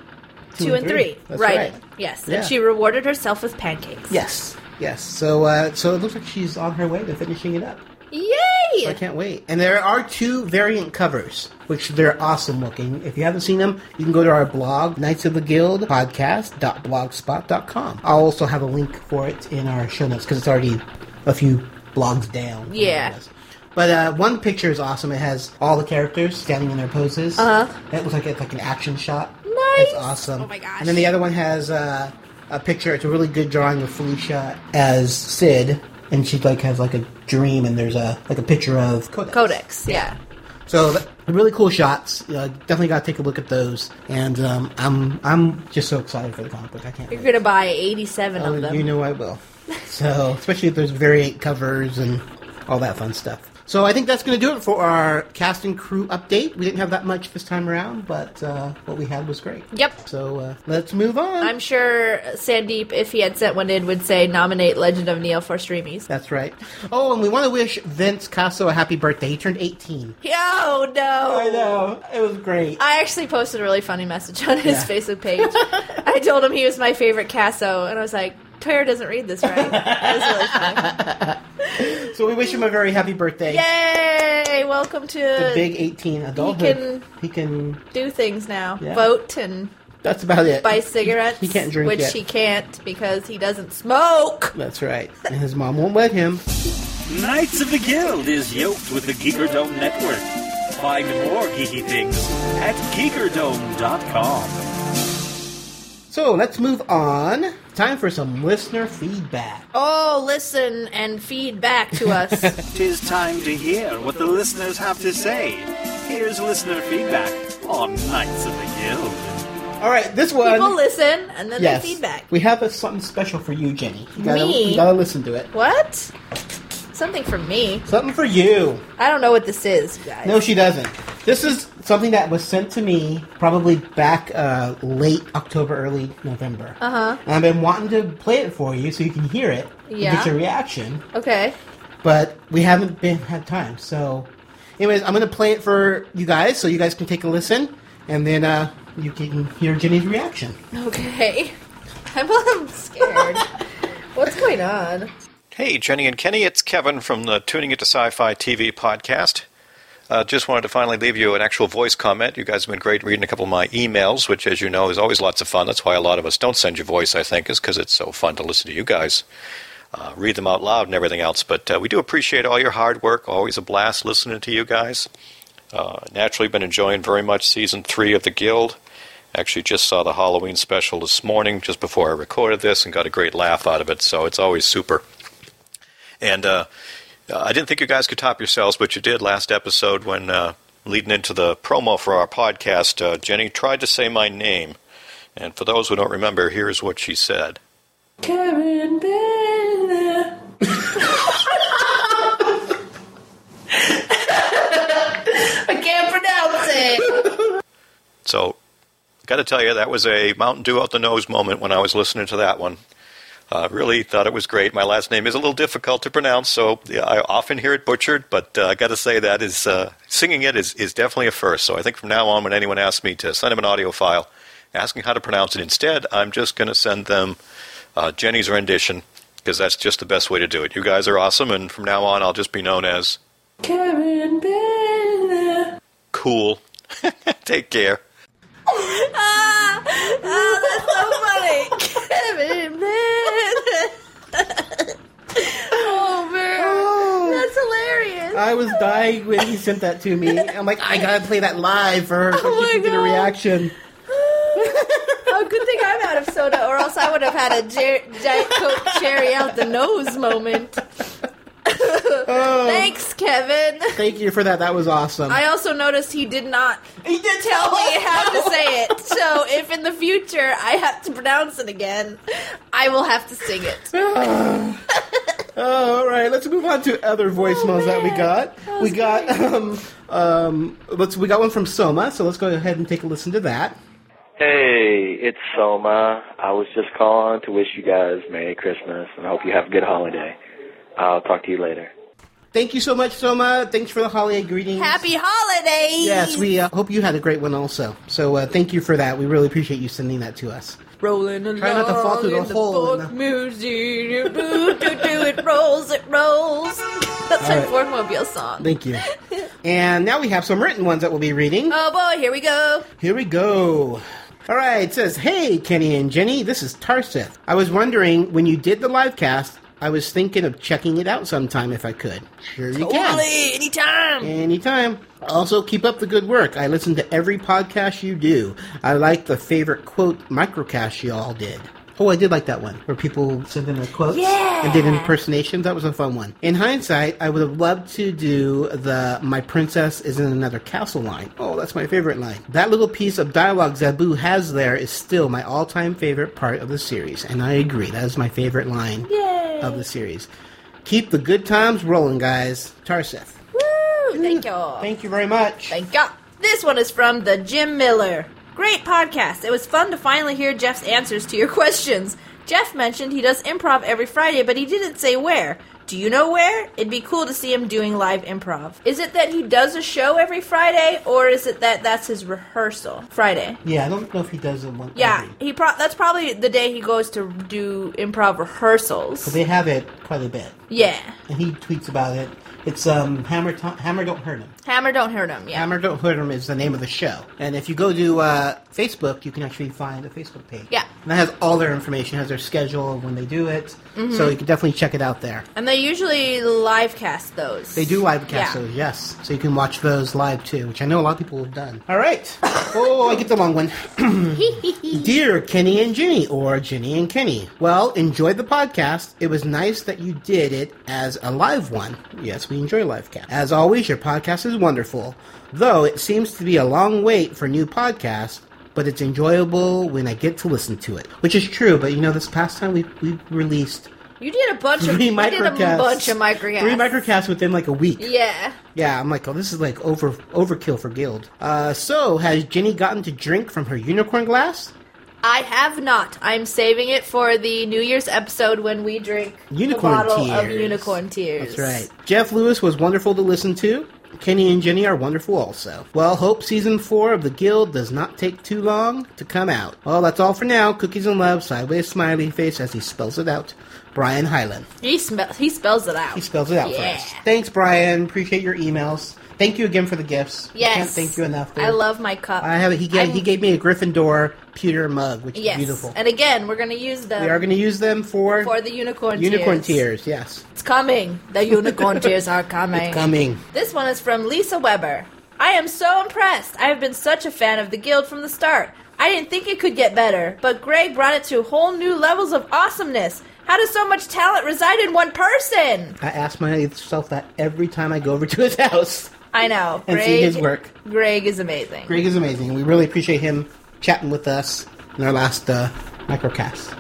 Speaker 7: two, and three.
Speaker 8: That's
Speaker 7: Writing.
Speaker 8: right.
Speaker 7: Yes.
Speaker 8: Yeah.
Speaker 7: And she rewarded herself with pancakes.
Speaker 8: Yes. Yes. So uh, so it looks like she's on her way to finishing it up.
Speaker 7: Yay!
Speaker 8: I can't wait. And there are two variant covers, which they're awesome looking. If you haven't seen them, you can go to our blog, Knights of the Guild podcast.blogspot.com. I'll also have a link for it in our show notes because it's already a few blogs down.
Speaker 7: Yeah.
Speaker 8: But uh, one picture is awesome. It has all the characters standing in their poses.
Speaker 7: Uh-huh.
Speaker 8: That looks like it's like an action shot.
Speaker 7: Nice.
Speaker 8: It's awesome.
Speaker 7: Oh my gosh.
Speaker 8: And then the other one has uh, a picture. It's a really good drawing of Felicia as Sid, and she like has like a dream, and there's a like a picture of Kodak.
Speaker 7: Codex. Yeah.
Speaker 8: So th- really cool shots. You know, definitely got to take a look at those. And um, I'm I'm just so excited for the comic book. I can't.
Speaker 7: You're gonna buy 87
Speaker 8: Oh,
Speaker 7: of them.
Speaker 8: You know I will. So especially if there's variant covers and all that fun stuff. So I think that's going to do it for our cast and crew update. We didn't have that much this time around, but uh, what we had was great.
Speaker 7: Yep.
Speaker 8: So uh, let's move on.
Speaker 7: I'm sure Sandeep, if he had sent one in, would say nominate Legend of Neil for streamies.
Speaker 8: That's right. Oh, and we want to wish Vince Casso a happy birthday. He turned 18.
Speaker 7: Oh no!
Speaker 8: I know. It was great.
Speaker 7: I actually posted a really funny message on his
Speaker 8: Yeah.
Speaker 7: Facebook page.
Speaker 8: [LAUGHS]
Speaker 7: I told him he was my favorite Casso, and I was like, Tyra doesn't read this right.
Speaker 8: [LAUGHS] So we wish him a very happy birthday.
Speaker 7: Yay! Welcome to
Speaker 8: The big 18 adulthood.
Speaker 7: can-
Speaker 8: He can.
Speaker 7: do things now.
Speaker 8: Yeah.
Speaker 7: Vote and
Speaker 8: That's about it.
Speaker 7: buy cigarettes.
Speaker 8: He can't drink
Speaker 7: Which
Speaker 8: yet.
Speaker 7: he can't because he doesn't smoke.
Speaker 8: That's right. And his mom won't let him.
Speaker 9: Knights of the Guild is yoked with the Geekerdome Network. Find more geeky things at geekerdome.com.
Speaker 8: So let's move on. Time for some listener feedback.
Speaker 7: Oh, listen and feed back to
Speaker 8: [LAUGHS]
Speaker 7: us.
Speaker 9: Tis time to hear what the listeners have to say. Here's listener feedback on Knights of the Guild.
Speaker 8: All right, this one.
Speaker 7: People listen and then
Speaker 8: yes.
Speaker 7: they feedback.
Speaker 8: We have a, something special for you, Jenny. You gotta,
Speaker 7: Me?
Speaker 8: You gotta listen to it.
Speaker 7: What? Something for me.
Speaker 8: Something for you.
Speaker 7: I don't know what this is, guys.
Speaker 8: No, she doesn't. This is something that was sent to me probably back uh, late October, early November.
Speaker 7: Uh huh.
Speaker 8: And I've been wanting to play it for you so you can hear it and
Speaker 7: Yeah.
Speaker 8: get your reaction,
Speaker 7: Okay.
Speaker 8: but we haven't been had time. So, anyways, I'm gonna play it for you guys so you guys can take a listen, and then uh, you can hear Jenny's reaction.
Speaker 7: Okay. [LAUGHS] I'm, I'm
Speaker 8: [LAUGHS]
Speaker 7: scared. What's going on?
Speaker 15: Hey, Jenny and Kenny, it's Kevin from the Tuning It to Sci Fi TV podcast. Uh, just wanted to finally leave you an actual voice comment. You guys have been great reading a couple of my emails, which, as you know, is always lots of fun. That's why a lot of us don't send you voice, I think, is because it's so fun to listen to you guys uh, read them out loud and everything else. But uh, we do appreciate all your hard work. Always a blast listening to you guys. Uh, naturally, been enjoying very much season three of the Guild. Actually, just saw the Halloween special this morning, just before I recorded this, and got a great laugh out of it. So it's always super. And uh, I didn't think you guys could top yourselves, but you did last episode when uh, leading into the promo for our podcast. Uh, Jenny tried to say my name, and for those who don't remember, here's what she said.
Speaker 16: Karen Baylor.
Speaker 7: I can't pronounce it.
Speaker 15: So, got to tell you, that was a Mountain Dew out the nose moment when I was listening to that one. Uh, really thought it was great. My last name is a little difficult to pronounce, so yeah, I often hear it butchered. But uh, I got to say that is uh, singing it is, is definitely a first. So I think from now on, when anyone asks me to send them an audio file asking how to pronounce it instead, I'm just going to send them uh, Jenny's rendition because that's just the best way to do it. You guys are awesome, and from now on, I'll just be known as
Speaker 16: Karen Baylor.
Speaker 15: Cool. [LAUGHS] Take care.
Speaker 7: oh, that's so funny. Kevin Baylor. oh, man. That's hilarious.
Speaker 8: Oh, I was dying when he sent that to me. I'm like, I gotta play that live for her so
Speaker 7: Oh
Speaker 8: she
Speaker 7: my
Speaker 8: can get a
Speaker 7: God.
Speaker 8: reaction.
Speaker 7: oh, good thing I'm out of soda, or else I would have had a Jer- Diet Coke cherry out the nose moment.
Speaker 8: Oh.
Speaker 7: Thanks, Kevin.
Speaker 8: Thank you for that. That was awesome.
Speaker 7: I also noticed he did not he did tell me how to say it. So if in the future I have to pronounce it again, I will have to sing it.
Speaker 8: oh Oh, all right, let's move on to
Speaker 7: Oh,
Speaker 8: other voicemails that we got. we got [LAUGHS] um, um, let's we got one from Soma, so let's go ahead and take a listen to that.
Speaker 17: Hey, it's Soma. I was just calling to wish you guys Merry Christmas and I hope you have a good holiday. I'll talk to you later.
Speaker 8: Thank you so much, Soma. Thanks for the holiday greetings.
Speaker 7: Happy holidays!
Speaker 8: Yes, we uh, hope you had a great one also. So uh, thank you for that. We really appreciate you sending that to us.
Speaker 7: Rolling along
Speaker 8: not to fall through the
Speaker 7: in the
Speaker 8: hole in
Speaker 7: folk music. Boo, doo, doo, it rolls, it rolls. That's
Speaker 8: All
Speaker 7: my
Speaker 8: right.
Speaker 7: Fordmobile song.
Speaker 8: Thank you. and now we have some written ones that we'll be reading.
Speaker 7: Oh boy, here we go.
Speaker 8: Here we go. All right, it says, Hey, Kenny and Jenny, this is Tarseth. I was wondering when you did the live cast, I was thinking of checking it out sometime if I could. Sure, you can.
Speaker 7: Totally, anytime.
Speaker 8: Anytime. Also, keep up the good work. I listen to every podcast you do. I like the favorite quote microcast you all did. Oh, I did like that one where people sent in their quotes
Speaker 7: Yeah.
Speaker 8: and did impersonations. That was a fun one. In hindsight, I would have loved to do the "My princess is in another castle" line. Oh, that's my favorite line. That little piece of dialogue Zabu has there is still my all-time favorite part of the series, and I agree. That is my favorite line of the series. Keep the good times rolling, guys. Tarseth.
Speaker 7: Woo, thank you.
Speaker 8: Thank you very much.
Speaker 7: Thank you. This one is from the Jim Miller. Great podcast. It was fun to finally hear Jeff's answers to your [LAUGHS] questions. Jeff mentioned he does improv every Friday, but he didn't say where. Do you know where? It'd be cool to see him doing live improv. Is it that he does a show every Friday, or is it that that's his rehearsal Friday?
Speaker 8: Yeah, I don't know if he does it one.
Speaker 7: Yeah, he pro- that's probably the day he goes to do improv rehearsals.
Speaker 8: But they have it quite a bit,
Speaker 7: Yeah,
Speaker 8: and he tweets about it. It's um hammer. Tom- hammer don't hurt him.
Speaker 7: Hammer don't hurt him. Yeah,
Speaker 8: Hammer Don't Hurt 'Em is the name of the show. And if you go to uh, Facebook, you can actually find a Facebook page.
Speaker 7: yeah.
Speaker 8: And that has all their information, has their schedule, when they do it.
Speaker 7: Mhm.
Speaker 8: So you can definitely check it out there.
Speaker 7: And they usually live cast those.
Speaker 8: They do live cast
Speaker 7: Yeah.
Speaker 8: those, yes. So you can watch those live too, which I know a lot of people have done. All right. Oh, I get the long one. Dear Kenny and Ginny, or Ginny and Kenny. Well, enjoyed the podcast. It was nice that you did it as a live one. Yes, we enjoy live cast. As always, your podcast is wonderful. Though it seems to be a long wait for new podcasts, but it's enjoyable when I get to listen to it. Which is true, but you know, this past time we we released
Speaker 7: You did a bunch of
Speaker 8: Three
Speaker 7: you did a
Speaker 8: microcasts.
Speaker 7: bunch of microcasts.
Speaker 8: three microcasts within like a week.
Speaker 7: yeah.
Speaker 8: Yeah, I'm like, oh, this is like over overkill for Guild. Uh, so has Jenny gotten to drink from her unicorn glass?
Speaker 7: I have not. I'm saving it for the New Year's episode when we drink
Speaker 8: Unicorn
Speaker 7: a bottle of
Speaker 8: tears.
Speaker 7: unicorn tears.
Speaker 8: That's right. Jeff Lewis was wonderful to listen to. Kenny and Jenny are wonderful also. Well, hope season four of the Guild does not take too long to come out. Well, that's all for now. Cookies and love, sideways smiley face as he spells it out. Brian Hyland.
Speaker 7: He smells. He spells it out.
Speaker 8: He spells it out
Speaker 7: Yeah.
Speaker 8: for us. Thanks, Brian. Appreciate your emails. Thank you again for the gifts. I
Speaker 7: Yes.
Speaker 8: can't thank you enough.
Speaker 7: I love my cup.
Speaker 8: I have it. He gave,
Speaker 7: I'm-
Speaker 8: he gave me a Gryffindor pewter mug, which
Speaker 7: Yes.
Speaker 8: is beautiful.
Speaker 7: And again, we're gonna use them
Speaker 8: we are going to use them for
Speaker 7: for the unicorn
Speaker 8: unicorn
Speaker 7: tears.
Speaker 8: tears. Yes,
Speaker 7: It's coming. The unicorn tears are coming.
Speaker 8: it's coming.
Speaker 7: This one is from Lisa Weber. I am so impressed. I have been such a fan of the guild from the start. I didn't think it could get better, but Greg brought it to whole new levels of awesomeness. How does so much talent reside in one person?
Speaker 8: I ask myself that every time I go over to his [LAUGHS] house
Speaker 7: I know.
Speaker 8: [LAUGHS] and
Speaker 7: Greg,
Speaker 8: see his work.
Speaker 7: Greg is amazing.
Speaker 8: Greg is amazing. We really appreciate him chatting with us in our last uh, microcast.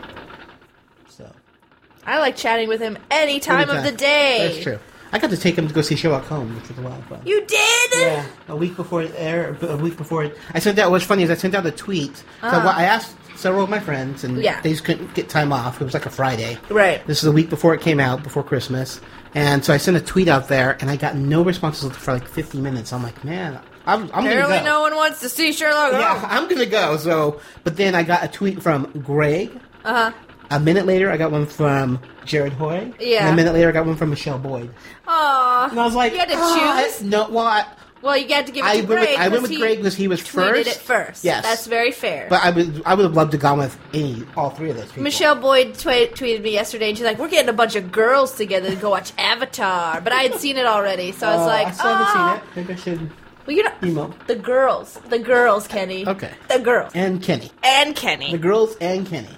Speaker 7: I like chatting with him any time of
Speaker 8: Anytime.
Speaker 7: the day.
Speaker 8: That's true. I got to take him to go see Sherlock Holmes, which was a lot of fun.
Speaker 7: You did?
Speaker 8: Yeah, a week before it aired, a week before it. I sent out. What's funny is I sent out a tweet. So
Speaker 7: Uh-huh.
Speaker 8: I asked several of my friends, and
Speaker 7: Yeah.
Speaker 8: they just couldn't get time off. It was like a Friday.
Speaker 7: Right.
Speaker 8: This is a week before it came out, before Christmas, and so I sent a tweet out there, and I got no responses for like 50 minutes. I'm like, man, I'm, I'm gonna
Speaker 7: Apparently,
Speaker 8: go.
Speaker 7: no one wants to see Sherlock Holmes.
Speaker 8: Yeah, [LAUGHS] I'm gonna go. So, but then I got a tweet from Greg.
Speaker 7: Uh huh.
Speaker 8: A minute later, I got one from Jared Hoy.
Speaker 7: Yeah.
Speaker 8: And a minute later, I got one from Michelle Boyd.
Speaker 7: Aww.
Speaker 8: And I was like,
Speaker 7: you had to
Speaker 8: "Ah,
Speaker 7: choose.
Speaker 8: No, well, I,
Speaker 7: Well, you had to give it
Speaker 8: I
Speaker 7: to
Speaker 8: went
Speaker 7: Greg.
Speaker 8: with, I went
Speaker 7: 'cause
Speaker 8: with
Speaker 7: he
Speaker 8: Greg because he was
Speaker 7: tweeted
Speaker 8: first.
Speaker 7: it first.
Speaker 8: Yes.
Speaker 7: that's very fair.
Speaker 8: But I would I would have loved to gone with any all three of those people.
Speaker 7: Michelle Boyd twa tweeted me yesterday, and she's like, "We're getting a bunch of girls together to go watch Avatar," but I had seen it already, so I was
Speaker 8: Uh,
Speaker 7: like,
Speaker 8: I still haven't
Speaker 7: "Oh,
Speaker 8: seen it. Maybe I should
Speaker 7: well, you know,
Speaker 8: email.
Speaker 7: the girls, the girls, Kenny,
Speaker 8: Okay.
Speaker 7: the girls,
Speaker 8: And Kenny.
Speaker 7: and Kenny."
Speaker 8: The girls and
Speaker 7: [LAUGHS]
Speaker 8: Kenny.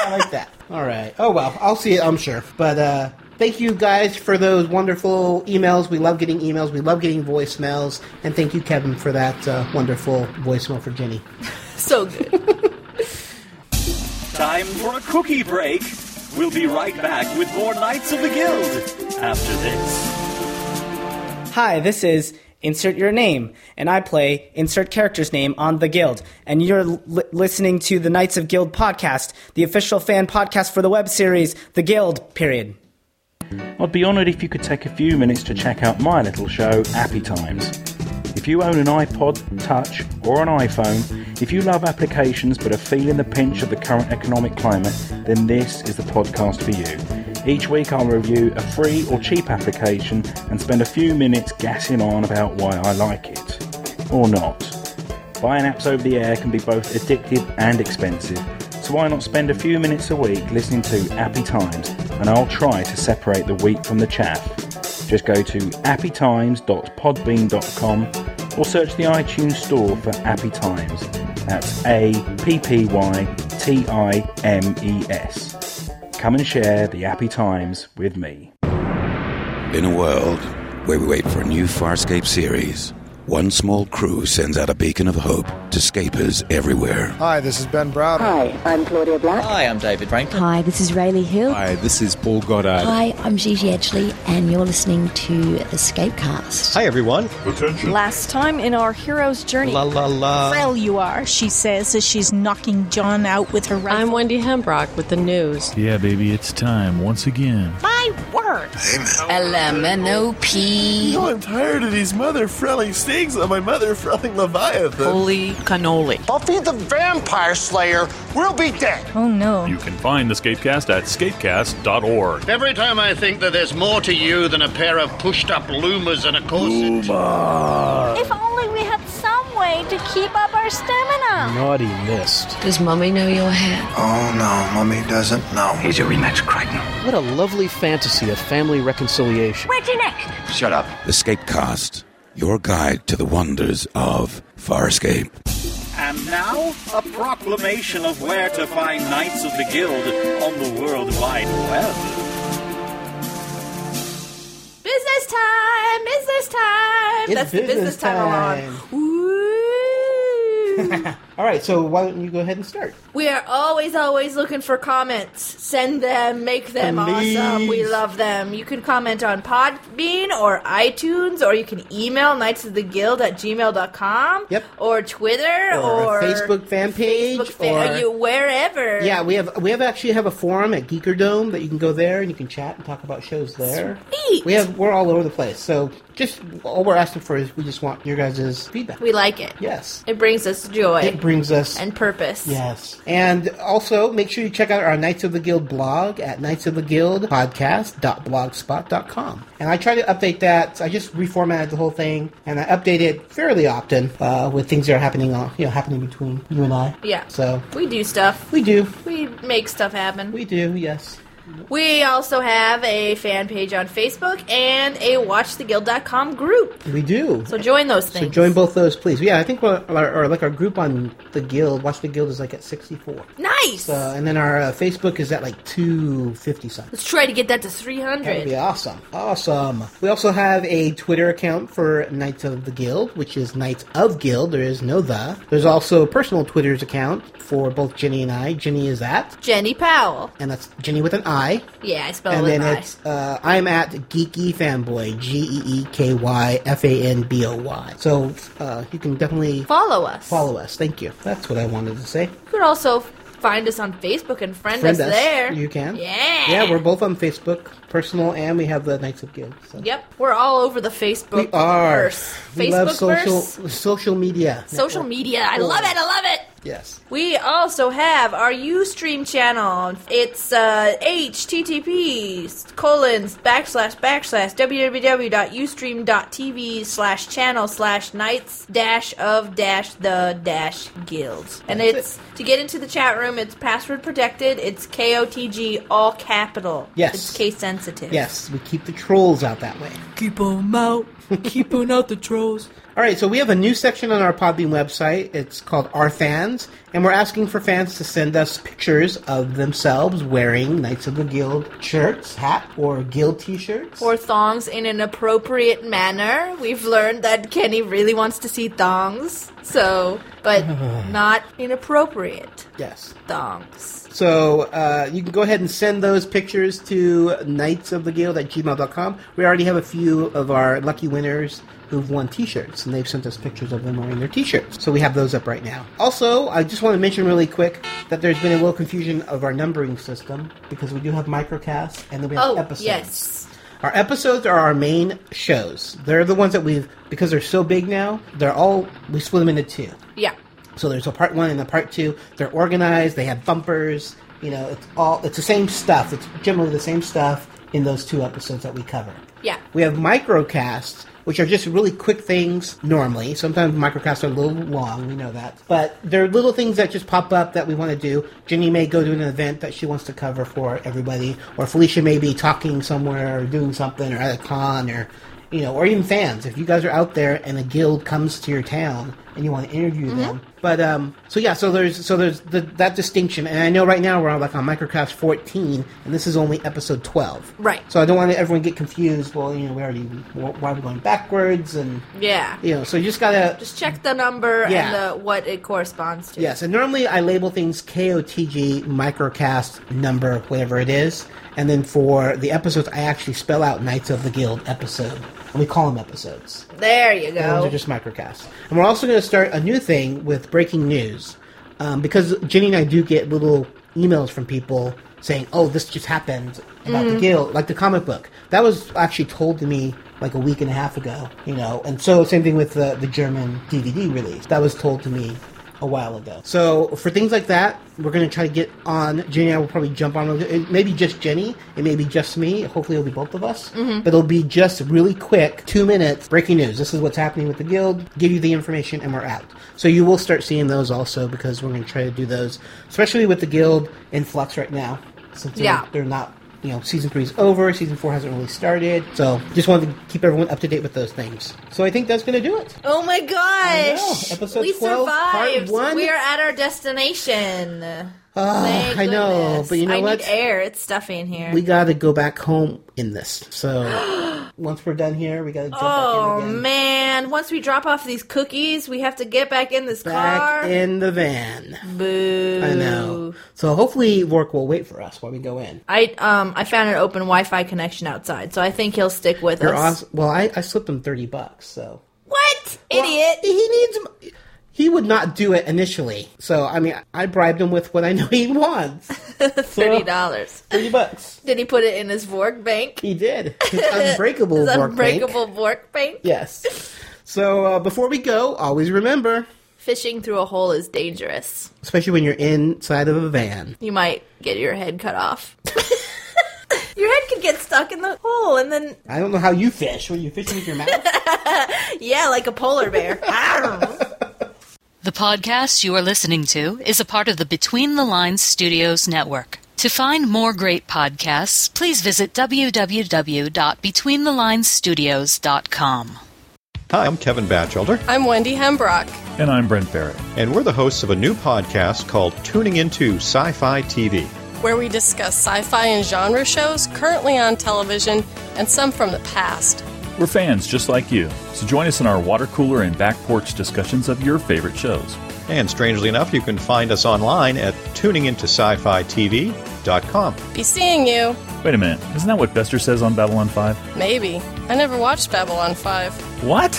Speaker 8: I like that. All right. Oh well, I'll see it. I'm sure. But uh, thank you guys for those wonderful emails. We love getting emails. We love getting voicemails. And thank you, Kevin, for that uh, wonderful voicemail for Jenny. [LAUGHS]
Speaker 7: So good.
Speaker 9: Time for a cookie break
Speaker 18: We'll be right back with more Knights of the Guild after this.
Speaker 11: Hi, this is Insert Your Name, and I play Insert Character's Name on the Guild. And you're li- listening to the Knights of Guild podcast, the official fan podcast for the web series, The Guild, period.
Speaker 10: I'd be honoured if you could take a few minutes to check out my little show, Appy Times. If you own an iPod Touch or an iPhone, if you love applications but are feeling the pinch of the current economic climate, then this is the podcast for you. Each week I'll review a free or cheap application and spend a few minutes gassing on about why I like it. Or not. Buying apps over the air can be both addictive and expensive, so why not spend a few minutes a week listening to Appy Times and I'll try to separate the wheat from the chaff. Just go to appytimes.podbean.com or search the iTunes store for Appy Times. That's A P P Y T I M E S. Come and share the Appy Times with me.
Speaker 15: In a world where we wait for a new Farscape series, one small crew sends out a beacon of hope to scapers everywhere.
Speaker 19: Hi, this is Ben Browder.
Speaker 20: Hi, I'm Claudia Black.
Speaker 21: Hi, I'm David Franklin.
Speaker 22: Hi, this is Rayleigh Hill.
Speaker 23: Hi, this is Paul Goddard.
Speaker 24: Hi, I'm Gigi Edgley, and you're listening to the Scapecast.
Speaker 25: Hi, everyone.
Speaker 26: Attention. Last time in our hero's journey.
Speaker 25: La la
Speaker 8: Uh,
Speaker 25: la.
Speaker 26: Frail you are, she says as she's knocking John out with her rifle.
Speaker 13: I'm Wendy Hembrock with the news.
Speaker 27: Yeah, baby, it's time once again.
Speaker 26: My word. LMNOP.
Speaker 28: You know, I'm tired of these mother frelling things on my mother frelling Leviathan.
Speaker 13: Holy cannoli.
Speaker 29: Buffy the Vampire Slayer will be dead.
Speaker 26: Oh no.
Speaker 27: You can find the Scapecast at scapecast.org.
Speaker 30: Every time I think that there's more to you than a pair of pushed up loomers and a corset.
Speaker 14: If only we had some way to keep up our stamina.
Speaker 27: Naughty mist.
Speaker 14: Does Mummy know your hair?
Speaker 28: Oh no, Mummy doesn't know.
Speaker 27: Here's your rematch, Crichton.
Speaker 31: What a lovely fantasy of family reconciliation.
Speaker 14: Where to next?
Speaker 29: Shut up.
Speaker 15: The Scapecast, your guide to the wonders of Farscape.
Speaker 18: And now, a proclamation of where to find Knights of the Guild on the World Wide Web.
Speaker 7: Business time! Business time!
Speaker 8: It's
Speaker 7: That's the business
Speaker 8: business
Speaker 7: time,
Speaker 8: time.
Speaker 7: we're on. Woo!
Speaker 8: All right, so why don't you go ahead and start?
Speaker 7: We are always, always looking for comments. Send them, make them
Speaker 8: Please.
Speaker 7: awesome. We love them. You can comment on Podbean or iTunes, or you can email Knights of the Guild at gmail.com. Yep. Or Twitter
Speaker 8: Or a
Speaker 7: or,
Speaker 8: Facebook fan page,
Speaker 7: Facebook fan-
Speaker 8: or-
Speaker 7: you wherever.
Speaker 8: Yeah, we have we have actually have a forum at Geekerdome that you can go there and you can chat and talk about shows there. We have we're all over the place. So just all we're asking for is we just want your guys' feedback.
Speaker 7: We like it.
Speaker 8: Yes.
Speaker 7: It brings us joy.
Speaker 8: It brings us
Speaker 7: and purpose.
Speaker 8: Yes. And also make sure you check out our Knights of the Guild blog at Knights of the Guild podcast.blogspot.com. And I try to update that. I just reformatted the whole thing and I update it fairly often uh, with things that are happening on you know happening between you and I.
Speaker 7: Yeah.
Speaker 8: So
Speaker 7: We do stuff.
Speaker 8: we do.
Speaker 7: We make stuff happen.
Speaker 8: We do, yes.
Speaker 7: We also have a fan page on Facebook and a watchtheguild.com group.
Speaker 8: We do.
Speaker 7: So join those
Speaker 8: So
Speaker 7: things.
Speaker 8: join both those, please. Yeah, I think we're, our, our- like our group on the guild, Watch the Guild, is like at sixty four.
Speaker 7: nice!
Speaker 8: So and then our uh, Facebook is at like two fifty something.
Speaker 7: Let's try to get that to
Speaker 8: That would
Speaker 7: 300.
Speaker 8: be awesome. Awesome. We also have a Twitter account for Knights of the Guild, which is Knights of Guild. There is no the. There's also a personal Twitter's account for both Jenny and I. Jenny is at,
Speaker 7: Jenny Powell.
Speaker 8: and that's Jenny with an I.
Speaker 7: Yeah, Oh, I spelled
Speaker 8: And
Speaker 7: it
Speaker 8: then
Speaker 7: right.
Speaker 8: it's uh, I'm at Geeky Fanboy, G E E K Y F A N B O Y. So uh, you can definitely
Speaker 7: Follow us.
Speaker 8: follow us. Thank you. That's what I wanted to say.
Speaker 7: You could also find us on Facebook and friend, us, there.
Speaker 8: You can.
Speaker 7: Yeah.
Speaker 8: Yeah, we're both on Facebook, personal, and we have the Knights of Guild. So.
Speaker 7: Yep, we're all over the Facebook.
Speaker 8: We are.
Speaker 7: verse.
Speaker 8: We
Speaker 7: Facebook
Speaker 8: love social
Speaker 7: verse.
Speaker 8: social media.
Speaker 7: Social media. I love it. I love it.
Speaker 8: Yes.
Speaker 7: We also have our Ustream channel. It's uh, http colon backslash backslash www.ustream.tv slash channel slash knights dash of dash the dash guilds. And
Speaker 8: That's
Speaker 7: it's to get into the chat room. It's password protected. It's KOTG all capital.
Speaker 8: Yes.
Speaker 7: it's case sensitive.
Speaker 8: Yes, we keep the trolls out that way. [LAUGHS]
Speaker 7: keep 'em out. Keep 'em out the trolls.
Speaker 8: All All right, so we have a new section on our Podbean website. It's called Our Fans, and we're asking for fans to send us pictures of themselves wearing Knights of the Guild shirts, hat, or guild t-shirts.
Speaker 7: Or thongs in an appropriate manner. We've learned that Kenny really wants to see thongs, so,
Speaker 8: [SIGHS]
Speaker 7: but not inappropriate
Speaker 8: Yes.
Speaker 7: thongs.
Speaker 8: So uh, you can go ahead and send those pictures to knightsoftheguild at gmail.com. We already have a few of our lucky winners who've won t-shirts, and they've sent us pictures of them wearing their t-shirts. So we have those up right now. Also, I just want to mention really quick that there's been a little confusion of our numbering system because we do have microcasts and then we have
Speaker 7: Oh,
Speaker 8: episodes.
Speaker 7: yes.
Speaker 8: Our episodes are our main shows. They're the ones that we've because they're so big now. They're all we split them into two.
Speaker 7: Yeah.
Speaker 8: So there's a part one and a part two. They're organized. They have bumpers. You know, it's all it's the same stuff. It's generally the same stuff in those two episodes that we cover.
Speaker 7: Yeah.
Speaker 8: We have microcasts, which are just really quick things normally. Sometimes microcasts are a little long, we know that. But they're little things that just pop up that we want to do. Jenny may go to an event that she wants to cover for everybody, or Felicia may be talking somewhere or doing something or at a con or you know, or even fans. If you guys are out there and a guild comes to your town and you want to interview them, but um, so yeah, so there's so there's the, that distinction. And I know right now we're on like on microcast 14, and this is only episode 12.
Speaker 7: Right.
Speaker 8: So I don't want everyone to get confused. Well, you know, we already wh- why are we going backwards and
Speaker 7: Yeah.
Speaker 8: you know, so you just gotta
Speaker 7: Just check the number
Speaker 8: Yeah.
Speaker 7: and the, what it corresponds to.
Speaker 8: Yes, and normally I label things KOTG, microcast, number, whatever it is. And then for the episodes, I actually spell out Knights of the Guild episode. And we call them episodes.
Speaker 7: There you
Speaker 8: The other ones
Speaker 7: go.
Speaker 8: are just microcasts. And we're also going to start a new thing with breaking news. Um, because Jenny and I do get little emails from people saying, oh, this just happened about the
Speaker 32: Mhm.
Speaker 8: guild, like the comic book. That was actually told to me like a week and a half ago, you know. And so, same thing with the, the German DVD release. That was told to me a while ago. So, for things like that, we're going to try to get on. Jenny and I will probably jump on. with it. It may be just Jenny. It may be just me. Hopefully, it'll be both of us.
Speaker 32: Mhm.
Speaker 8: But it'll be just really quick, two minutes, breaking news. This is what's happening with the guild. Give you the information, and we're out. So you will start seeing those also because we're going to try to do those, especially with the guild in flux right now, since they're,
Speaker 32: Yeah.
Speaker 8: they're not. You know, season three is over. Season four hasn't really started. So just wanted to keep everyone up to date with those things. So I think that's going to do it.
Speaker 7: Oh my
Speaker 8: I
Speaker 7: gosh!
Speaker 8: know. Episode
Speaker 7: we
Speaker 8: 12, part
Speaker 7: survived.
Speaker 8: one.
Speaker 7: We are at our destination.
Speaker 8: Ah,
Speaker 7: Thank
Speaker 8: I know,
Speaker 7: goodness.
Speaker 8: but you know
Speaker 7: I
Speaker 8: what?
Speaker 7: need air. It's stuffy in here.
Speaker 8: We got to go back home in this.
Speaker 7: [GASPS]
Speaker 8: So once we're done here, we got to jump
Speaker 7: Oh
Speaker 8: back in again.
Speaker 7: man! Once we drop off these cookies, we have to get back in this
Speaker 8: Back
Speaker 7: car.
Speaker 8: in the van.
Speaker 7: Boo!
Speaker 8: I know. So hopefully, work will wait for us while we go in.
Speaker 7: I um I found an open Wi-Fi connection outside, so I think he'll stick with
Speaker 8: You're
Speaker 7: us.
Speaker 8: awesome. Well, I, I slipped him thirty bucks, so
Speaker 7: What
Speaker 8: [LAUGHS]
Speaker 7: idiot?
Speaker 8: He needs. m- He would not do it initially. So I mean, I bribed him with what I know he wants.
Speaker 7: Thirty dollars.
Speaker 8: Thirty bucks.
Speaker 7: Did he put it in his Vork bank?
Speaker 8: He did.
Speaker 7: [LAUGHS]
Speaker 8: His unbreakable
Speaker 7: his
Speaker 8: work bank.
Speaker 7: unbreakable Vork bank.
Speaker 8: Yes. So uh, before we go, always remember,
Speaker 7: Fishing through a hole is dangerous.
Speaker 8: especially when you're inside of a van.
Speaker 7: You might get your head cut off. [LAUGHS] your head could get stuck in the hole, and then
Speaker 8: I don't know how you fish. Were you fishing with your mouth?
Speaker 7: yeah, like a polar
Speaker 8: [LAUGHS]
Speaker 7: bear.
Speaker 13: The podcast you are listening to is a part of the Between the Lines Studios network. To find more great podcasts, please visit www.betweenthe-lines-studios.com.
Speaker 33: Hi, I'm Kevin Batchelder.
Speaker 14: I'm Wendy Hembrock.
Speaker 33: And I'm Brent Barrett. And we're the hosts of a new podcast called Tuning Into Sci Fi TV.
Speaker 14: where we discuss sci fi and genre shows currently on television and some from the past.
Speaker 10: We're fans just like you, so join us in our water cooler and back porch discussions of your favorite shows.
Speaker 33: And strangely enough, you can find us online at tuningintoscifitv.com.
Speaker 14: Be seeing you,
Speaker 10: Wait a minute, isn't that what Bester says on Babylon 5?
Speaker 14: maybe. I never watched Babylon 5.
Speaker 10: What?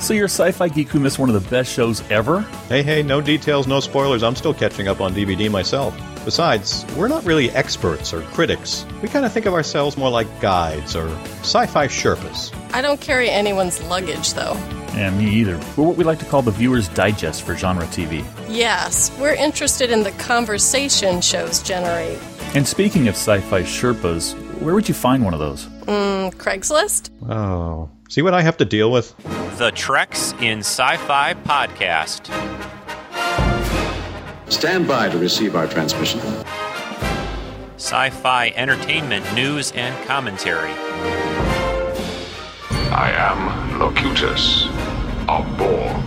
Speaker 10: So your sci fi geek who missed one of the best shows ever?
Speaker 33: Hey, hey, no details, no spoilers. I'm still catching up on DVD myself. Besides, we're not really experts or critics. We kind of think of ourselves more like guides or sci fi Sherpas.
Speaker 14: I don't carry anyone's luggage, though.
Speaker 10: Yeah, me either. We're what we like to call the viewer's digest for genre TV.
Speaker 14: Yes, we're interested in the conversation shows generate.
Speaker 10: And speaking of sci fi Sherpas, where would you find one of those?
Speaker 14: Mm, Craigslist?
Speaker 33: Oh. See what I have to deal with?
Speaker 34: The Treks in Sci Fi Podcast.
Speaker 15: Stand by to receive our transmission.
Speaker 34: Sci fi entertainment news and commentary.
Speaker 35: I am Locutus,
Speaker 1: are born.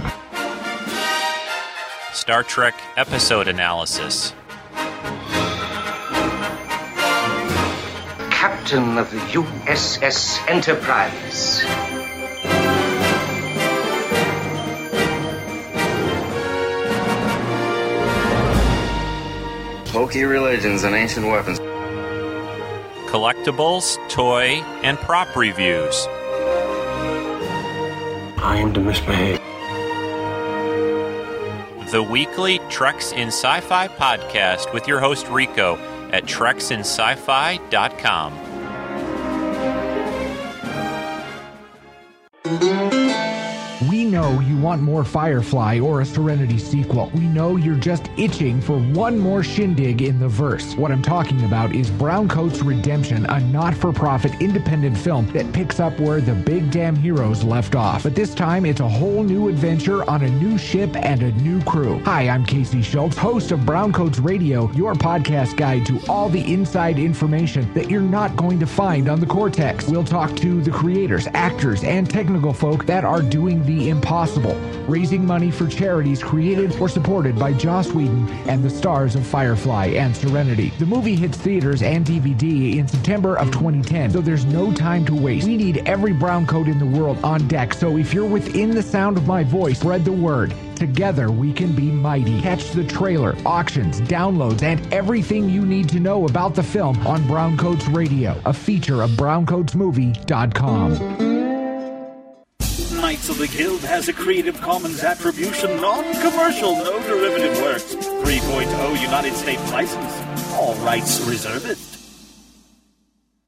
Speaker 3: Star Trek episode analysis.
Speaker 5: Captain of the USS Enterprise.
Speaker 6: Hokey religions and ancient weapons.
Speaker 3: Collectibles, toy, and prop reviews.
Speaker 5: I am to misbehave.
Speaker 3: The weekly Treks in Sci Fi podcast with your host Rico at treksinscifi.com.
Speaker 10: We know you want more Firefly or a Serenity sequel. We know you're just itching for one more shindig in the verse. What I'm talking about is Browncoat's Redemption, a not for profit independent film that picks up where the big damn heroes left off. But this time, it's a whole new adventure on a new ship and a new crew. Hi, I'm Casey Schultz, host of Browncoats Radio, your podcast guide to all the inside information that you're not going to find on the Cortex. We'll talk to the creators, actors, and technical folk that are doing the impossible, raising money for charities created or supported by Joss Whedon and the stars of Firefly and Serenity. The movie hits theaters and DVD in September of 2010, so there's no time to waste. We need every brown coat in the world on deck, so if you're within the sound of my voice, spread the word. Together we can be mighty. Catch the trailer, auctions, downloads, and everything you need to know about the film on Browncoats Radio, a feature of browncoatsmovie.com.
Speaker 9: Knights of the Guild has a Creative Commons Attribution, non-commercial, oh no derivative works, 3.0 United States license. All rights reserved.